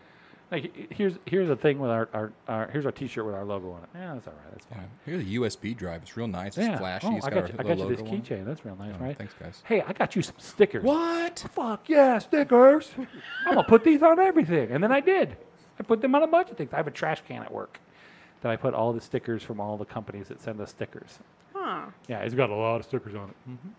like h- here's here's the thing with our, our, our here's our T-shirt with our logo on it. Yeah, that's all right. That's fine. yeah. Here's a USB drive. It's real nice. It's yeah. flashy. Oh, it's I got, got you, our I got you little this logo on it. keychain. That's real nice, Oh, right? thanks, guys. Hey, I got you some stickers. What? fuck yeah, stickers. I'm gonna put these on everything. And then I did. I put them on a bunch of things. I have a trash can at work that I put all the stickers from all the companies that send us stickers. Huh. Yeah, it's got a lot of stickers on it. Mm-hmm.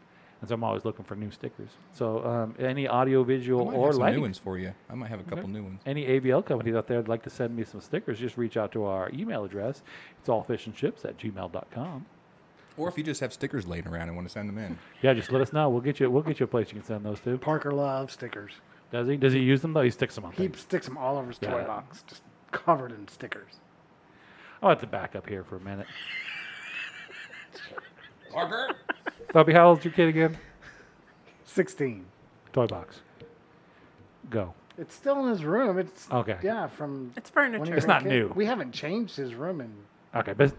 And so I'm always looking for new stickers. So um, any audio, I visual, might or have some new lighting, ones for you. I might have a couple new ones. any ABL companies out there that'd like to send me some stickers, just reach out to our email address. It's allfishandships at gmail.com. Or if you just have stickers laying around and want to send them in. Yeah, just let us know. We'll get you. We'll get you a place you can send those to. Parker loves stickers. Does he? Does he use them though? He sticks them on. He things. sticks them all over his toy Yeah. box, just covered in stickers. I'll have to back up here for a minute. Parker? Bobby, how old's your kid again? 16. Toy box. Go. It's still in his room. It's Okay. Yeah, from It's when he furniture. was It's a not kid. new. We haven't changed his room, and Okay, but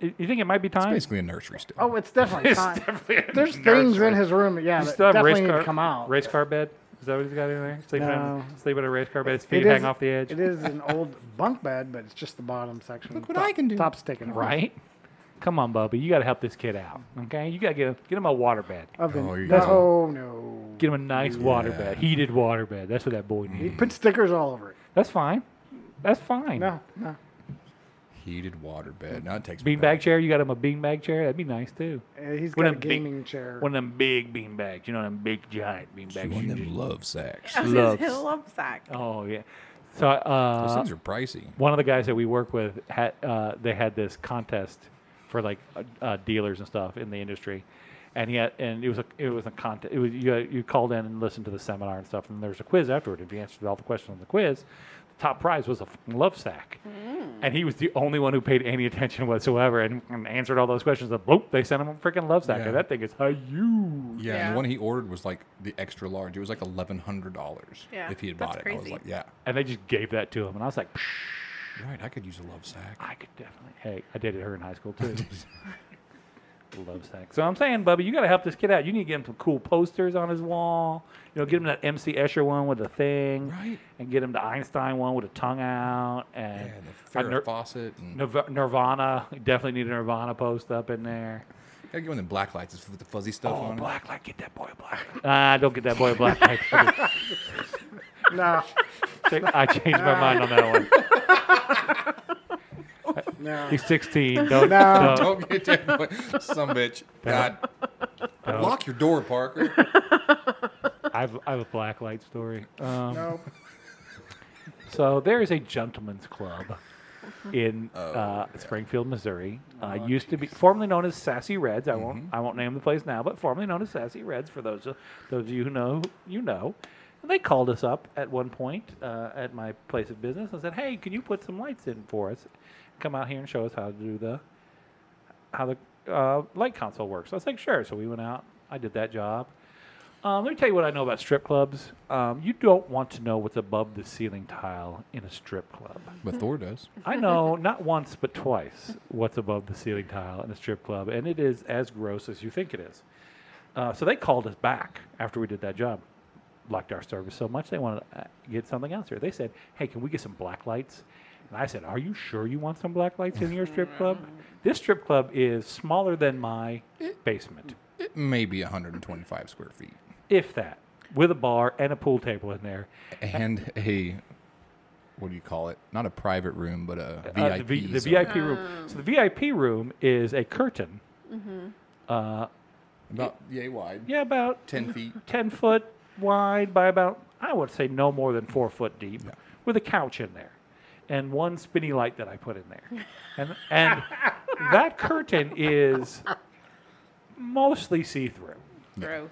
you you think it might be It's time? basically a nursery stick. oh, it's definitely It's time. definitely a There's things nursery. in his room, yeah, You that still have race definitely need car, to come out. Race car bed? Is that what he's got in there? Sleeping, No. on, sleeping in a race car bed. His It feet hang is- off the edge. It is an old bunk bed, but it's just the bottom section. Look what Top- I can do. Top sticking out Right? Come on, Bobby. You got to help this kid out. Okay? You got to get him, get him a water bed. Of the, Oh, here you no, no. Get him a nice water Yeah. Mm-hmm. bed, heated water bed. That's what that boy He needs. put stickers all over it. That's fine. That's fine. No, no. Heated water bed. Now it takes me Beanbag back. chair. You got him a beanbag chair. That'd be nice too. Uh, He's One got of a them big- gaming chair. One of them big beanbags. You know, them big giant beanbags. One you of just- them love sacks. I was gonna say, love sack. Oh yeah. So Those uh, things are pricey. one of the guys that we work with had uh, they had this contest for like uh, uh, dealers and stuff in the industry, and he had, and it was a it was a contest. It was you, you called in and listened to the seminar and stuff, and there was a quiz afterward. If you answered all the questions on the quiz, the top prize was a fucking love sack, and he was the only one who paid any attention whatsoever and, and answered all those questions. And boop, they sent him a freaking love sack, Yeah. and that thing is huge. Yeah, and Yeah. the one he ordered was like the extra large. It was like eleven hundred dollars. Yeah, if he had that's bought it, I was crazy. like, yeah, And they just gave that to him, and I was like, "Psh, right. I could use a love sack. I could definitely. Hey, I dated her in high school too. Love sex. So I'm saying, Bubby, you got to help this kid out. You need to get him some cool posters on his wall. You know, get him that MC Escher one with a thing, Right. And get him the Einstein one with a tongue out, and Yeah, the a Farrah Nir- Fawcett and Nirv- Nirvana. You Definitely need a Nirvana post up in there. gotta get one of them black lights with the fuzzy stuff Oh, on it. black light, get that boy a black. light. Ah, don't get that boy a black. light. I no, just- I changed my mind on that one. no. He's 16. Don't, No. don't- Don't Oh, get that boy, some bitch. God, lock your door, Parker. I have, I have a black light story. Um, No. So there is a gentleman's club in uh, Springfield, Missouri. Uh, used to be formerly known as Sassy Reds. I won't I won't name the place now, but formerly known as Sassy Reds. For those of, those of you who know, you know. And they called us up at one point uh, at my place of business and said, "Hey, can you put some lights in for us? Come out here and show us how to do the how the uh, light console works. So I was like, sure. So we went out. I did that job. Um, let me tell you what I know about strip clubs. Um, you don't want to know what's above the ceiling tile in a strip club. But Thor does. I know not once but twice what's above the ceiling tile in a strip club, and it is as gross as you think it is. Uh, so they called us back after we did that job. Liked our service so much they wanted to uh, get something else here. They said, "Hey, can we get some black lights?" And I said, "Are you sure you want some black lights in your strip club? This strip club is smaller than my basement, It may be 125 square feet if that, with a bar and a pool table in there." and a what do you call it? Not a private room, but a VIP. Uh, the, V- the zone. VIP room. So the VIP room is a curtain. Uh, About yay wide. yeah, about 10 feet. 10 foot wide by about, I would say no more than four foot deep, with a couch in there and one spinny light that I put in there. And, and that curtain is mostly see through. Gross.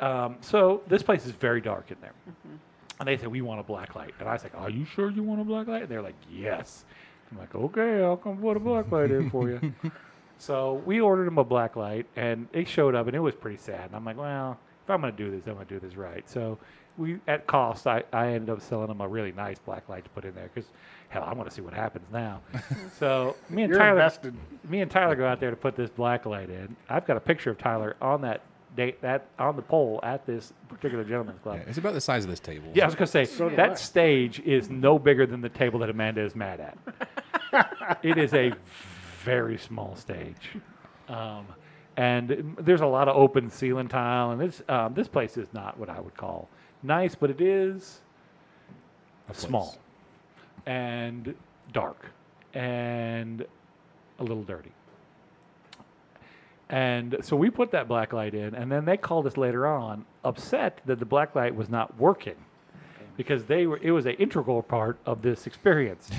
Um, so this place is very dark in there. Mm-hmm. And they said, We want a black light. And I was like, Are you sure you want a black light? And they're like, Yes. I'm like, Okay, I'll come put a black light in for you. so we ordered them a black light, and it showed up, and it was pretty sad. And I'm like, Well, if I'm going to do this, I'm going to do this right. So we, at cost, I, I ended up selling them a really nice black light to put in there because, hell, I want to see what happens now. so me and You're Tyler invested. me and Tyler go out there to put this black light in. I've got a picture of Tyler on that date that on the pole at this particular gentleman's club. Yeah, Yeah, it's about the size of this table. I was gonna say So do I. that stage is no bigger than the table that Amanda is mad at. it is a very small stage, um, and there's a lot of open ceiling tile, and this um, this place is not what I would call nice, but it is A place. small and dark and a little dirty. And so we put that black light in, and then they called us later on, upset that the black light was not working because they were it was an integral part of this experience.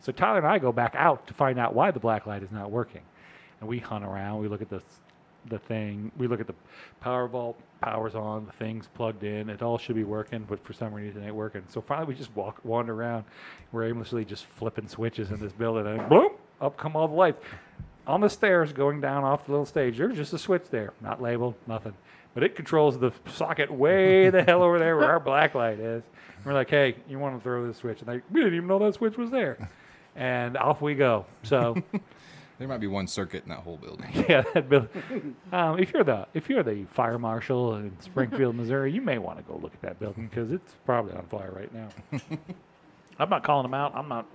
so Tyler and I go back out to find out why the black light is not working, and we hunt around. We look at the the thing. We look at the power vault. Power's on. The thing's plugged in. It all should be working, but for some reason it ain't working. So finally, we just walk wander around. We're aimlessly just flipping switches in this building, and boom, up come all the lights. On the stairs going down off the little stage, there's just a switch there, not labeled, nothing. But it controls the socket way the hell over there where our black light is. And we're like, hey, you want to throw this switch? And they, we didn't even know that switch was there. And off we go. So, There might be one circuit in that whole building. yeah, that bill. Um, if you're the if you're the fire marshal in Springfield, Missouri, you may want to go look at that building because it's probably on fire right now. I'm not calling them out. I'm not.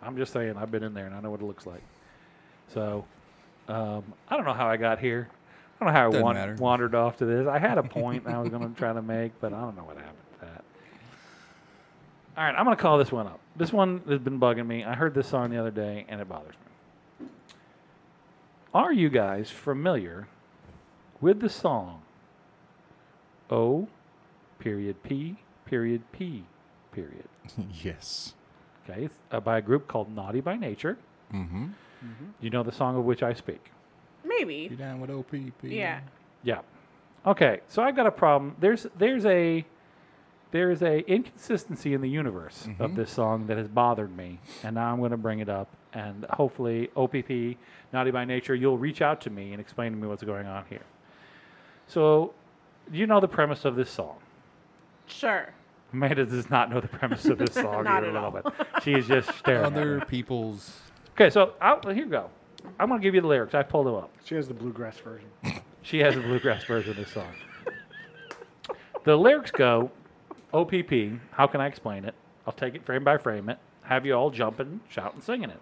I'm just saying I've been in there and I know what it looks like. So, um, I don't know how I got here. I don't know how I Doesn't wan- matter. wandered off to this. I had a point I was going to try to make, but I don't know what happened to that. All right, I'm going to call this one up. This one has been bugging me. I heard this song the other day and it bothers me. Are you guys familiar with the song O period P period P period? yes. Okay, it's uh, by a group called Naughty by Nature. Mm-hmm. You know the song of which I speak. You Maybe. down with OPP? Yeah. Yeah. Okay, so I've got a problem. There's there's a there's a inconsistency in the universe Mm-hmm. of this song that has bothered me, and now I'm going to bring it up, and hopefully OPP Naughty by Nature, you'll reach out to me and explain to me what's going on here. So, you know the premise of this song. Sure. Amanda does not know the premise of this song Not even at a little all. bit. She is just staring. at Other me. people's. Okay, so I'll, here you go. I'm going to give you the lyrics. I pulled them up. She has the bluegrass version. She has a bluegrass version of this song. The lyrics go, OPP, how can I explain it? I'll take it frame by frame it, have you all jumping, shouting, singing it.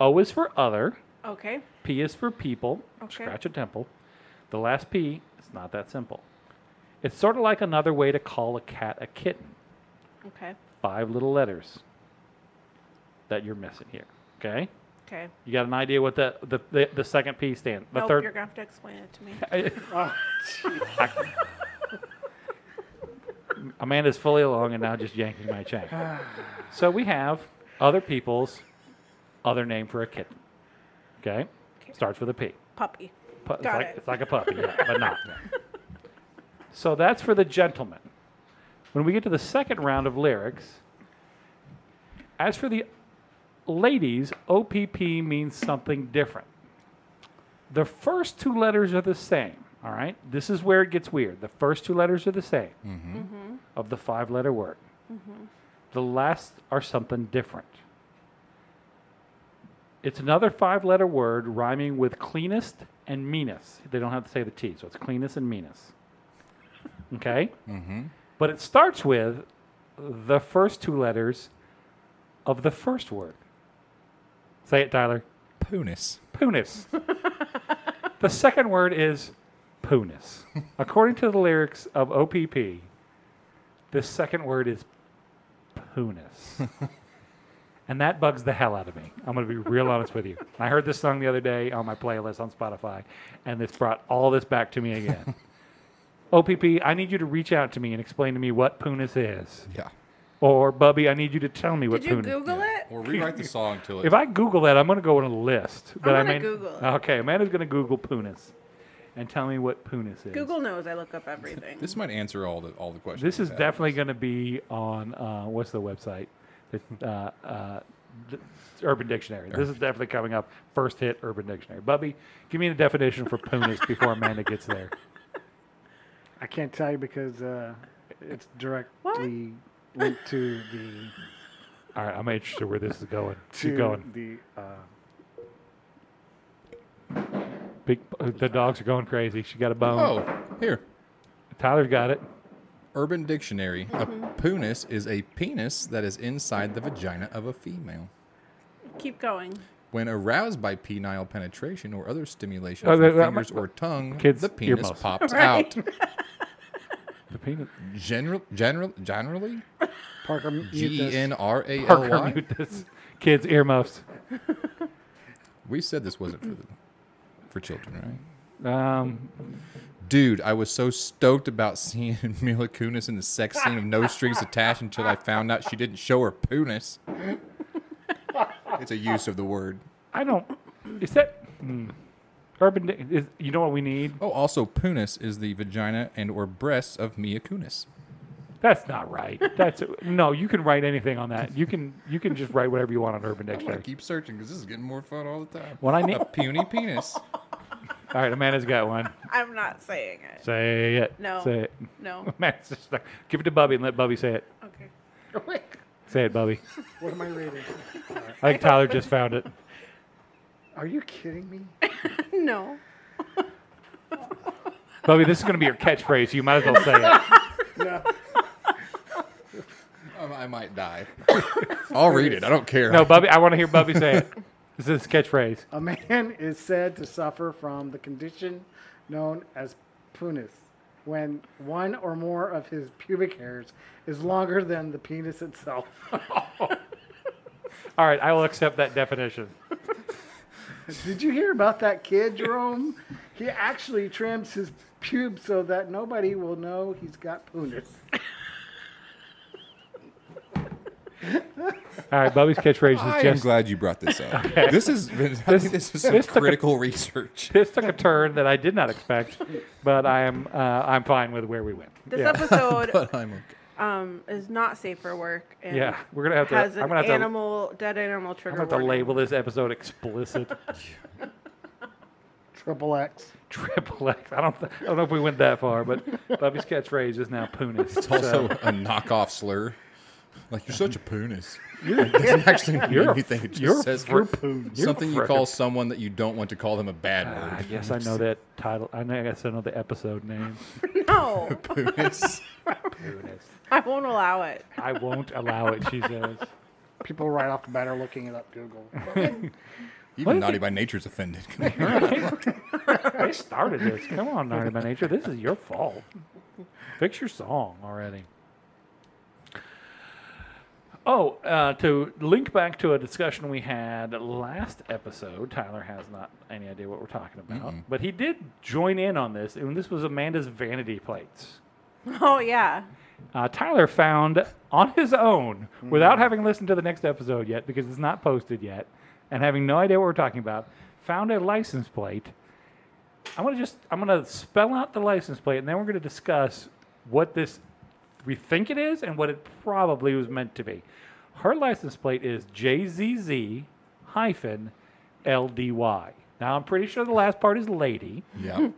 O is for other, Okay. P is for people, Okay. scratch a temple. The last P, it's not that simple. It's sort of like another way to call a cat a kitten Okay. five little letters that you're missing here. Okay, Okay. you got an idea what the the, the, the second P stands? The nope, third. you're gonna have to explain it to me. Oh, Amanda's fully along and now just yanking my chain. so we have other people's other name for a kitten. Okay, starts with a P. Puppy. Pu- it's, Got like, it. it's like a puppy, yeah, but not. So that's for the gentleman. When we get to the second round of lyrics, as for the ladies, OPP means something different. The first two letters are the same. All right. This is where it gets weird. The first two letters are the same of the five letter word. Mm-hmm. The last are something different. It's another five letter word rhyming with cleanest and meanest. They don't have to say the T, so it's cleanest and meanest. Okay? Mm-hmm. But it starts with the first two letters of the first word. Say it, Tyler. Punis. Punis. the second word is punis. According to the lyrics of OPP, this second word is punis. and that bugs the hell out of me. I'm going to be real honest with you. I heard this song the other day on my playlist on Spotify, and this brought all this back to me again. OPP, I need you to reach out to me and explain to me what punis is. Yeah. Or, Bubby, I need you to tell me what Did you punis Google it? Or rewrite the song till if it. I Google that, I'm going to go on a list. That I gonna may... Google it. Okay, Amanda's going to Google punis and tell me what punis is. Google knows I look up everything. This might answer all the all the questions. This is we've had. definitely going to be on uh, what's the website? The, uh, uh, d- Urban Dictionary. This is definitely coming up. First hit Urban Dictionary. Bubby, give me the definition for punis before Amanda gets there. I can't tell you because uh, it's directly linked to the All right, I'm interested where this is going. to Keep going. the uh, Big, the dogs are going crazy. She got a bone. Oh, here. Tyler's got it. Urban Dictionary. Mm-hmm. A punis is a penis that is inside the vagina of a female. Keep going. When aroused by penile penetration or other stimulation Oh, from that- that- fingers or tongue, Kids, the penis earmuffs. pops Right. out. The penis. General, general, generally, Parker. mute this. G E N R A L Parker, Y. mute this. Kids, earmuffs. We said this wasn't for the, for children, right? Um, Dude, I was so stoked about seeing Mila Kunis in the sex scene of No Strings Attached until I found out she didn't show her punis. It's a use of the word. I don't. Is that hmm. urban? Dic- Is, you know what we need? Oh, also punis is the vagina and or breasts of Mia Kunis. That's not right. That's no. You can write anything on that. You can you can just write whatever you want on Urban I'm gonna Dictionary. keep searching because this is getting more fun all the time. What I need. A puny penis. All right, Amanda's got one. I'm not saying it. Say it. No. Say it. No. Amanda's just like, give it to Bubby and let Bubby say it. Okay. Say it, Bubby. What am I reading? I think Tyler just found it. Are you kidding me? No. Bubby, this is going to be your catchphrase. You might as well say it. No. Um, I might die. I'll read it. I don't care. No, Bubby. I want to hear Bubby say it. This is his catchphrase. A man is said to suffer from the condition known as punis when one or more of his pubic hairs is longer than the penis itself. All right, I will accept that definition. Did you hear about that kid, Jerome? He actually trims his pubes so that nobody will know he's got punis. All right, Bubby's catchphrase I is am just. glad you brought this up. This is I think This- this is some this took a- critical research. This took a turn that I did not expect, but I am uh, I'm fine with where we went. This yeah. episode But I'm okay. um, is not safe for work. And Yeah, we're gonna have to. Has I'm an gonna have to. animal, dead animal I'm trigger gonna have to warning. label this episode explicit. Triple X. Triple X. I don't. Th- I don't know if we went that far, but Bubby's catchphrase is now punis. It's also a knockoff slur. Like you're such a punis. Like, it doesn't actually mean you're a- anything. It just you're a says fr- you're a Ah, something you frickin- call someone that you don't want to call them a bad word. I guess I know that title. I know. I guess I know the episode name. No, Punis. Punis. I won't allow it. I won't allow it. She says. People right off the bat are looking it up Google. What Even if naughty it- by nature's offended. They started this. Come on, Naughty by Nature. This is your fault. Fix your song already. Oh, uh, to link back to a discussion we had last episode, Tyler has not any idea what we're talking about, but he did join in on this, and this was Amanda's vanity plates. Oh yeah. Uh, Tyler found on his own, without having listened to the next episode yet, because it's not posted yet, and having no idea what we're talking about, found a license plate. I'm gonna just I'm gonna spell out the license plate, and then we're gonna discuss what this we think it is and what it probably was meant to be. Her license plate is JZZ hyphen LDY. Now, I'm pretty sure the last part is lady. Yeah.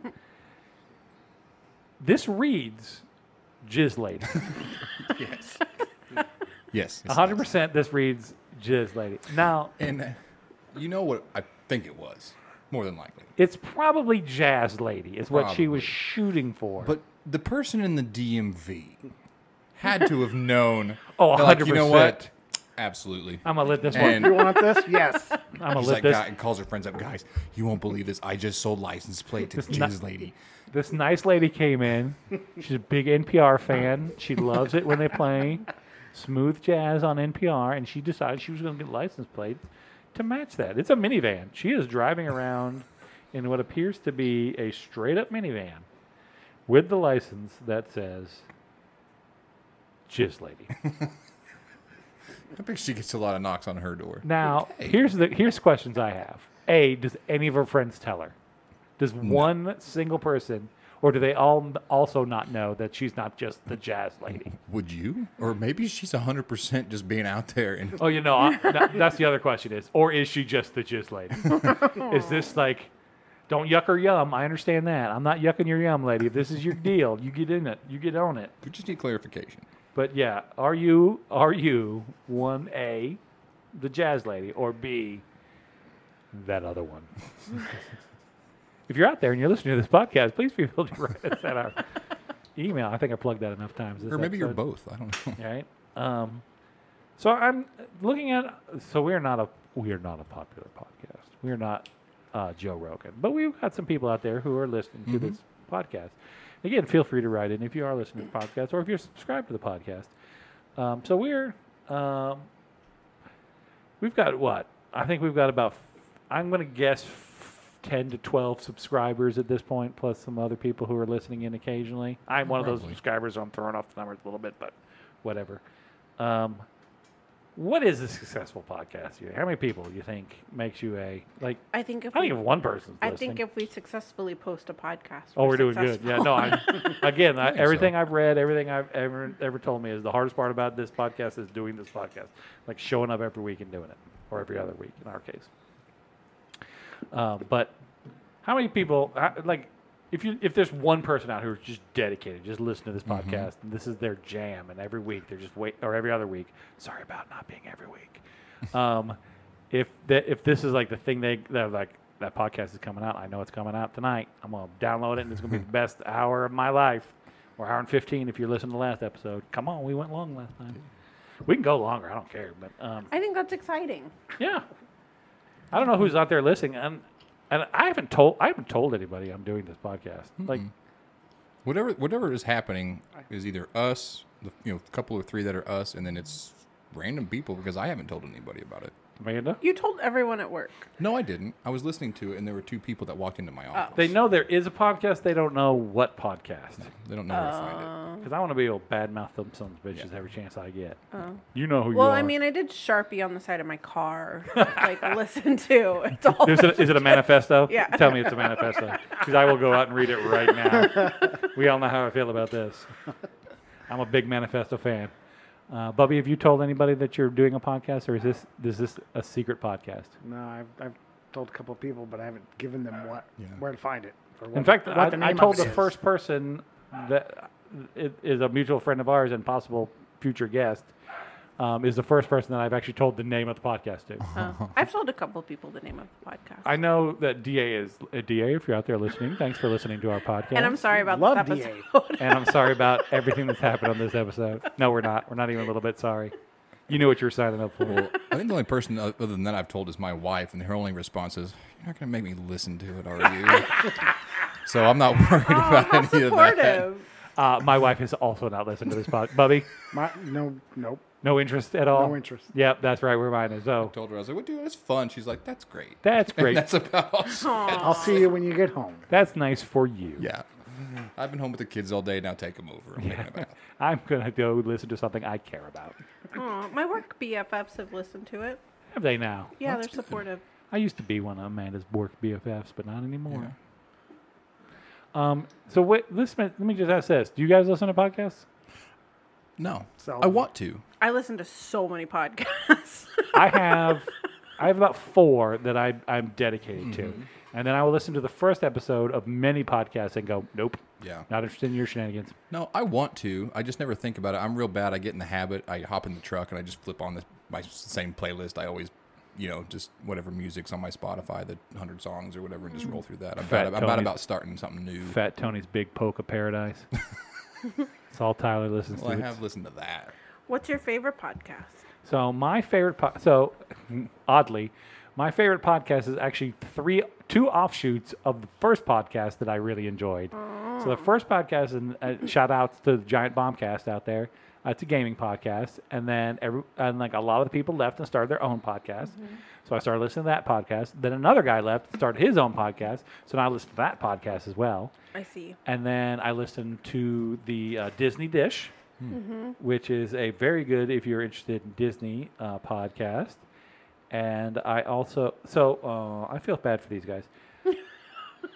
This reads jizz lady. yes. Yes. A 100% this reads jizz lady. Now, And uh, you know what I think it was, more than likely. it's probably jazz lady is what she Probably. was shooting for. But the person in the DMV had to have known. Oh, They're Like, you know what? 100%. Absolutely. I'm going to let this And one. You want this? Yes. I'm going she's to let like, this. guy, calls her friends up, guys. You won't believe this. I just sold license plate to not- Jizz Lady. This nice lady came in. She's a big NPR fan. She loves it when they play smooth jazz on NPR, and she decided she was going to get license plates to match that. It's a minivan. She is driving around in what appears to be a straight up minivan with the license that says Jizz Lady. I bet she gets a lot of knocks on her door. Now, Okay. here's the here's questions I have. A, does any of her friends tell her? Does one single person, or do they all n- also not know that she's not just the jazz lady? Would you? Or maybe she's 100% just being out there and Oh, you know, I, that, that's the other question is, or is she just the jizz lady? is this like, don't yuck her yum? I understand that. I'm not yucking your yum, lady. This is your deal. You get in it. You get on it. we just need clarification. But yeah, are you are you one A, the jazz lady, or B, that other one? if you're out there and you're listening to this podcast, please feel free to write us at our email. I think I plugged that enough times. This Or maybe you're episode. both. I don't know. All right. Um, so I'm looking at. So we're not a we are not a popular podcast. We are not uh, Joe Rogan, but we've got some people out there who are listening to this podcast. Again, feel free to write in if you are listening to the podcast or if you're subscribed to the podcast. Um, so we're um, we've got what I think we've got about. I'm going to guess. Ten to twelve subscribers at this point, plus some other people who are listening in occasionally. I'm one of those Probably. subscribers. so I'm throwing off the numbers a little bit, but whatever. Um, what is a successful podcast? You- How many people you think makes you a like? I think if I we, think if one person's I listening- think if we successfully post a podcast, oh, we're doing good. Yeah, no. i again, I, think so. everything I've read, everything I've ever ever told me is the hardest part about this podcast is doing this podcast, like showing up every week and doing it, or every other week in our case. Um, but how many people I- like? If you if there's one person out who's just dedicated, just listen to this podcast, and this is their jam, and every week they're just wait or every other week. Sorry about not being every week. Um, if that if this is like the thing they they're like that podcast is coming out, I know it's coming out tonight. I'm gonna download it, and it's gonna be the best hour of my life, or hour and fifteen if you listen to the last episode. Come on, we went long last time. We can go longer. I don't care, but um, I think that's exciting. yeah. I don't know who's out there listening, and and I haven't told I haven't told anybody I'm doing this podcast. Like, Whatever whatever is happening is either us, the, you know, a couple or three that are us, and then it's random people because I haven't told anybody about it. Amanda, You told everyone at work. No, I didn't. I was listening to it, and there were two people that walked into my office. they know there is a podcast. They don't know what podcast They don't know where to find Oh. because I want to be able to badmouth them some bitches every chance I get. You know who you Oh. Well, are. I mean, I did Sharpie on the side of my car, like listen to. It's all. Is it, is it a manifesto? Yeah. Tell me it's a manifesto because I will go out and read it right now. we all know how I feel about this. I'm a big manifesto fan. Uh, Bubby, have you told anybody that you're doing a podcast, or is this is this a secret podcast? No, I've, I've told a couple people, but I haven't given them what Yeah. where to find it. Or what, In fact, what I, the I name of told it the is. first person that it is a mutual friend of ours and possible future guest um, is the first person that I've actually told the name of the podcast to. Uh-huh. Uh, I've told a couple people the name of the podcast, I know that DA is uh, DA. If you're out there listening, thanks for listening to our podcast. and I'm sorry about Love this DA. episode. and I'm sorry about everything that's happened on this episode. No, we're not. We're not even a little bit sorry. You knew what you were signing up for. it. I think the only person oth- other than that I've told is my wife, and her only response is, "You're not going to make me listen to it, are you?" so I'm not worried Oh, about how any of that. supportive! Uh, my wife has also not listened to this pod. Bubby, My, no, nope. no interest at all. No interest. Yep, that's right. Where mine is. So Told her I was like, "What, dude? It's fun." She's like, "That's great." that's great. That's about all. she- I'll see you when you get home. That's nice for you. Yeah. I've been home with the kids all day. Now take them over. I'm taking a bath. I'm gonna go listen to something I care about. Aw, my work BFFs have listened to it. Have they now? Yeah, That's they're good. supportive. I used to be one of Amanda's work BFFs, but not anymore. Um. So wait, listen. Let me just ask this: Do you guys listen to podcasts? No, So- I want to. I listen to so many podcasts. Mm-hmm. I have I have about four that I I'm dedicated to. And then I will listen to the first episode of many podcasts and go, nope. Yeah. Not interested in your shenanigans. No, I want to. I just never think about it. I'm real bad. I get in the habit. I hop in the truck and I just flip on this my s- same playlist. I always, you know, just whatever music's on my Spotify, the hundred songs or whatever, and just roll through that. I'm Mm. Fat bad. I'm bad Tony's- about starting something new. Fat Tony's Big Poke of Paradise. It's all Tyler listens Well, I to. have listened to that. What's your favorite podcast? So my favorite, po- so oddly, my favorite podcast is actually three, two offshoots of the first podcast that I really enjoyed. So the first podcast, and uh, shout outs to the Giant Bombcast out there. Uh, it's a gaming podcast, and then every and like a lot of the people left and started their own podcast. So I started listening to that podcast. Then another guy left and started his own podcast. So now I listen to that podcast as well. I see. And then I listened to the uh, Disney Dish, which is a very good if you're interested in Disney uh, podcast. And I also so uh, I feel bad for these guys.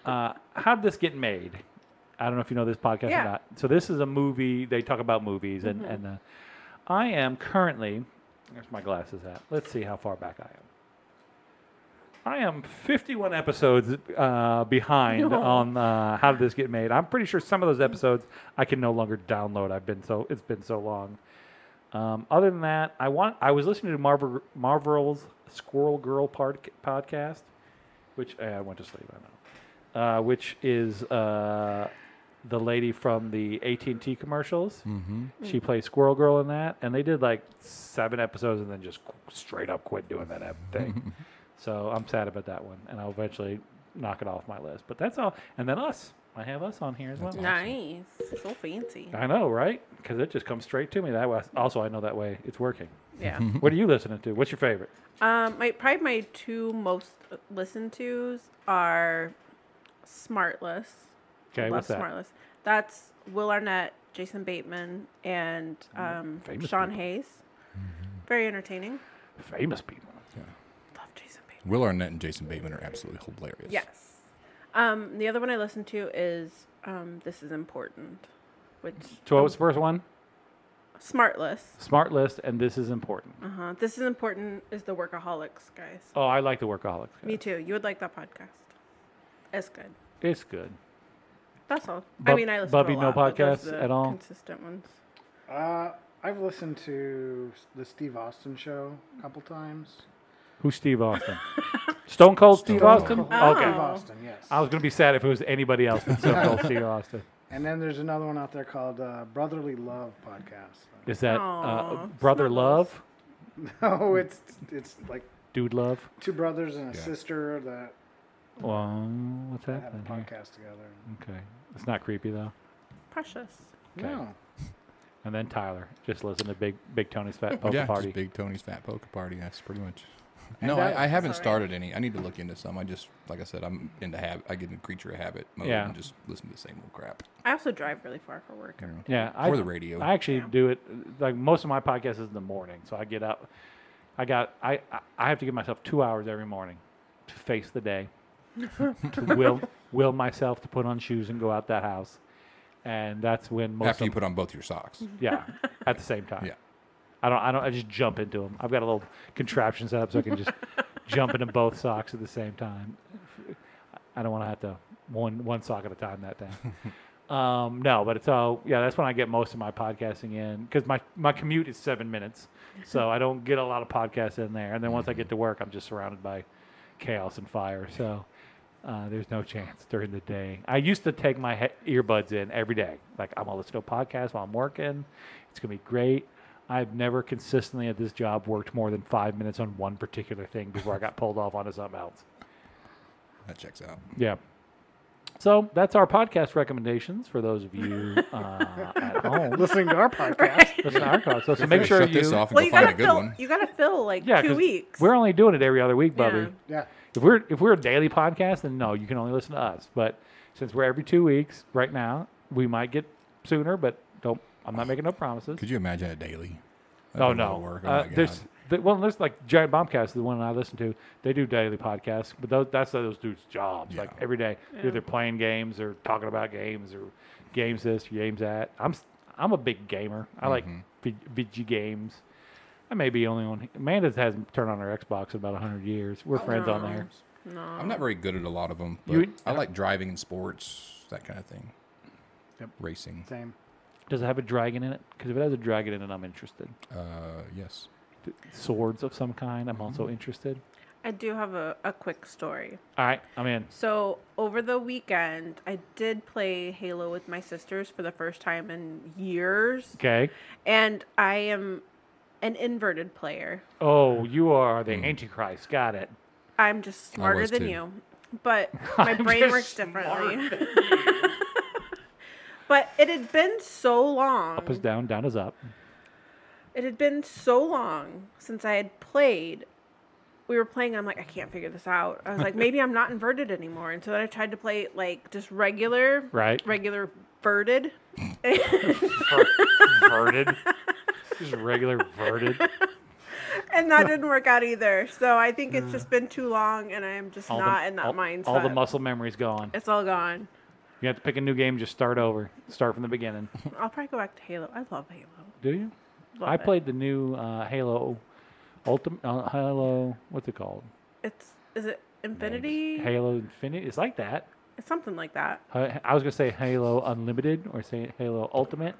uh, how did this get made? I don't know if you know this podcast Yeah. or not. So this is a movie. They talk about movies, and and uh, I am currently. Where's my glasses at? Let's see how far back I am. I am 51 episodes uh, behind No. on uh, how did this get made. I'm pretty sure some of those episodes I can no longer download. I've been so it's been so long. Um, other than that, I want I was listening to Marvel Marvel's Squirrel Girl pod, podcast, which eh, I went to sleep. I know, uh, which is uh, the lady from the AT and T commercials. Mm-hmm. She plays Squirrel Girl in that, and they did like seven episodes and then just qu- straight up quit doing that ep- thing. so I'm sad about that one, and I'll eventually knock it off my list. But that's all. And then us, I have us on here as well. Nice. So fancy. I know, right? Because it just comes straight to me. That was also I know that way it's working. Yeah. What are you listening to? What's your favorite? Um, my probably my two most listened tos are Smartless. Okay, what's that? Smartless. That's Will Arnett, Jason Bateman, and um, famous Sean people. Hayes. Very entertaining. Famous people. Love Jason Bateman. Will Arnett and Jason Bateman are absolutely hilarious. Yes. Um, the other one I listen to is um, This Is Important, which So what was the first one? Smartless. Smart List, and this is important. Uh huh. This is important is the Workaholics guys. Oh, I like the workaholics. Me too. You would like that podcast. It's good. It's good. That's all. I Bub- mean, I listen Bubby, to a no lot, but those podcasts are the at all? Consistent ones. Uh, I've listened to s- the Steve Austin show a couple times. Who's Steve Austin? Stone Cold Steve Cold. Austin. Oh. Okay. Steve Austin, yes. I was gonna be sad if it was anybody else than Stone Cold Steve Austin. and then there's another one out there called uh, Brotherly Love podcast. Is that Aw, uh, brother Smartless. love, No, Oh, it's it's like dude love? two brothers and a Yeah. sister that Well, what's have happening a here? podcast together. Okay, it's not creepy though. Precious. No, And then Tyler, just listen to Big Big Tony's Fat Oh, Poker yeah, Party. just Big Tony's Fat Poker Party. That's pretty much. And No, that- I, I haven't Sorry. started any. I need to look into some. I just, like I said, I'm into habit. I get in creature of habit mode Yeah. and just listen to the same old crap. I also drive really far for work. you know. Yeah, or I, the radio. I actually do it like most of my podcast is in the morning, so I get up. I got I I- I have to give myself two hours every morning to face the day, to will will myself to put on shoes and go out that house, and that's when most After of, you put on both your socks. Mm-hmm. yeah at the same time. Yeah. I don't I don't I just jump into them. I've got a little contraption set up so I can just jump into both socks at the same time. I don't want to have to one one sock at a time that day. um, no, but it's all yeah. That's when I get most of my podcasting in because my my commute is seven minutes, so I don't get a lot of podcasts in there. And then once I get to work, I'm just surrounded by chaos and fire. So. Uh, there's no chance during the day. I used to take my he- earbuds in every day. Like, I'm going to listen to a podcast while I'm working. It's going to be great. I've never consistently at this job worked more than five minutes on one particular thing before I got pulled off onto something else. That checks out. Yeah. So that's our podcast recommendations for those of you uh, at home. Oh, listening to our podcast. Listen to our podcast. So, so We're make gonna sure shut you. this off and Well, go you find a gotta good fill. one. You gotta fill like Yeah, two 'cause weeks. We're only doing it every other week, Bubby. Yeah. Yeah, If we're if we're a daily podcast, then no, you can only listen to us. But since we're every two weeks right now, we might get sooner. But don't. I'm not making no promises. Could you imagine a daily? That'd Oh be a lot no! of work. Oh, Uh, my there's God. the, well, there's like Giant Bombcast, the one I listen to. They do daily podcasts, but those, that's those dudes' jobs. Like Yeah. every day, they're either playing games or talking about games or games this, or games that. I'm s- I'm a big gamer. I like Mm-hmm. vid- video games. I may be the only one. Amanda hasn't turned on her Xbox in about hundred years. We're friends on there. I'm not very good at a lot of them. But You- I like driving and sports, that kind of thing. Yep. Racing. Same. Does it have a dragon in it? Because if it has a dragon in it, I'm interested. Uh, yes. Swords of some kind, I'm Mm-hmm. also interested. I do have a, a quick story. All right, I'm in. So over the weekend, I did play Halo with my sisters for the first time in years, Okay. and I am an inverted player. Oh, you are Mm-hmm. the Antichrist. Got it. I'm just smarter was than too. you, but my I'm brain just works differently. but it had been so long. Up is down, down is up. It had been so long since I had played. We were playing. I'm like, I can't figure this out. I was like, maybe I'm not inverted anymore. And so then I tried to play like just regular, Right. regular verted. verted. Just regular verted. and that didn't work out either. So I think it's just been too long, and I'm just Uh. All the- not in that all, mindset. All the muscle memory's gone. It's all gone. You have to pick a new game, just start over. Start from the beginning. I'll probably go back to Halo. I love Halo. Do you? Love I it. played the new uh, Halo Ultimate uh, Halo what's it called? It's is it Infinity? Halo Infinity. It's like that. It's something like that. I I was gonna say Halo Unlimited or say Halo Ultimate.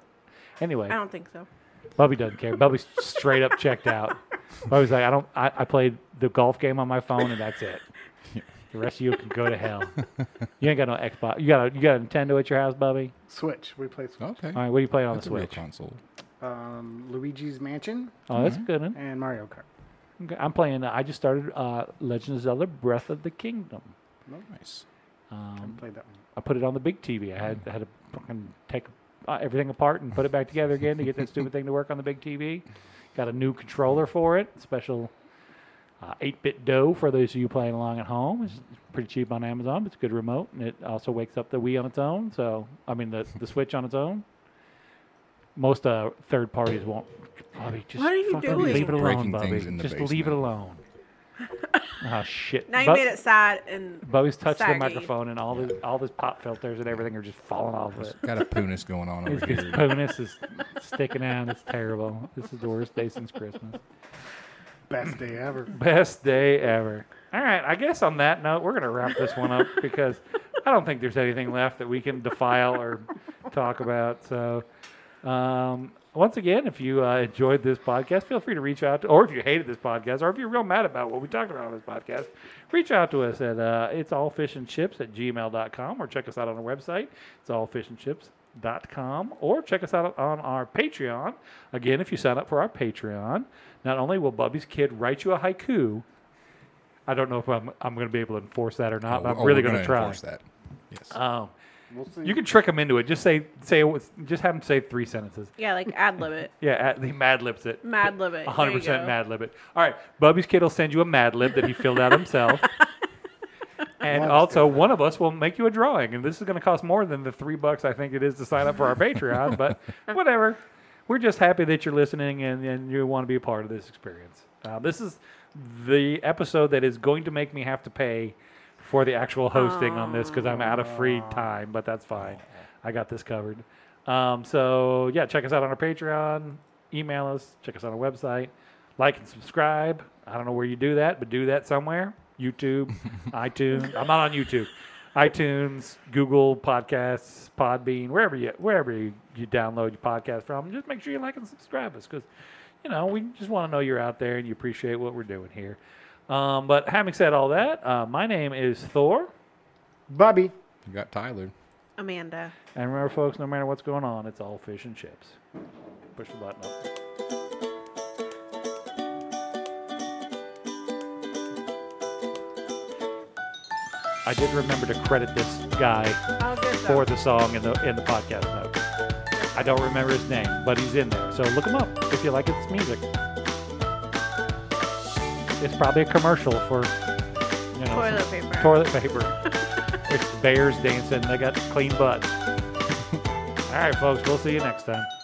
Anyway, I don't think so. Bubby doesn't care. Bubby's straight up checked out. Bubby's like, I don't. I, I played the golf game on my phone and that's it. The rest of you can go to hell. You ain't got no Xbox. You got a you got a Nintendo at your house, Bubby. Switch. We play Switch. Okay. All right, what are you playing on That's the a real Switch? console. Um, Luigi's Mansion Oh, Mm-hmm. that's a good one. and Mario Kart. Okay, I'm playing. Uh, I just started uh, Legend of Zelda: Breath of the Kingdom. Nice. Um, Played that one. I put it on the big TV. I had I had to fucking take uh, everything apart and put it back together again to get that stupid thing to work on the big TV. Got a new controller for it. Special uh, 8-bit dough for those of you playing along at home. It's pretty cheap on Amazon. But it's a good remote, and it also wakes up the Wii on its own. So I mean the the Switch on its own. Most uh, third parties won't. Bobby, just What are you fucking doing? leave it alone, Breaking Bobby. things in the Just leave it basement. alone. oh shit! Now you Bu- made it sad and Bobby's touched saggy. the microphone, and all the all his pop filters and everything are just falling off of it. Got a poonus going on His, over his here. bonus is sticking out. It's terrible. This is the worst day since Christmas. Best day ever. Best day ever. All right, I guess on that note, we're gonna wrap this one up because I don't think there's anything left that we can defile or talk about. So, um, once again, if you uh, enjoyed this podcast, feel free to reach out, to, or if you hated this podcast, or if you're real mad about what we talked about on this podcast, reach out to us at uh, it's all fish and chips at gmail.com or check us out on our website. It's all fish and chips dot com or check us out on our Patreon. Again, if you sign up for our Patreon, not only will Bubby's kid write you a haiku, I don't know if I'm, I'm going to be able to enforce that or not, but I'm Oh, really we're going to gonna try. enforce that. Yes. Um, We'll see. you can trick him into it. Just say say it was- just have him say three sentences. Yeah, like ad lib it, Yeah, at, he mad libs it. mad lib it. There you 100% go. mad lib it. All right, Bubby's kid will send you a mad lib that he filled out himself. And Loves also, one of us will make you a drawing, and this is going to cost more than the three bucks I think it is to sign up for our Patreon. But whatever, we're just happy that you're listening and, and you want to be a part of this experience. Uh, this is the episode that is going to make me have to pay for the actual hosting on this because I'm out of free time, but that's fine. I got this covered. Um, so yeah, check us out on our Patreon, email us, check us on our website, like and subscribe. I don't know where you do that, but do that somewhere. YouTube, iTunes. I'm not on YouTube. iTunes, Google Podcasts, Podbean, wherever you wherever you, you download your podcast from, just make sure you like and subscribe us because you know we just want to know you're out there and you appreciate what we're doing here. Um, but having said all that, uh, my name is Thor. Bubby. You got Tyler. Amanda. And remember, folks, no matter what's going on, it's all fish and chips. Push the button up. I did remember to credit this guy I'll get for the song in the in the podcast notes. I don't remember his name, but he's in there. So look him up if you like his music. It's probably a commercial for you know Toilet some- paper. Toilet paper. it's bears dancing. They got clean butts. All right, folks. We'll see you next time.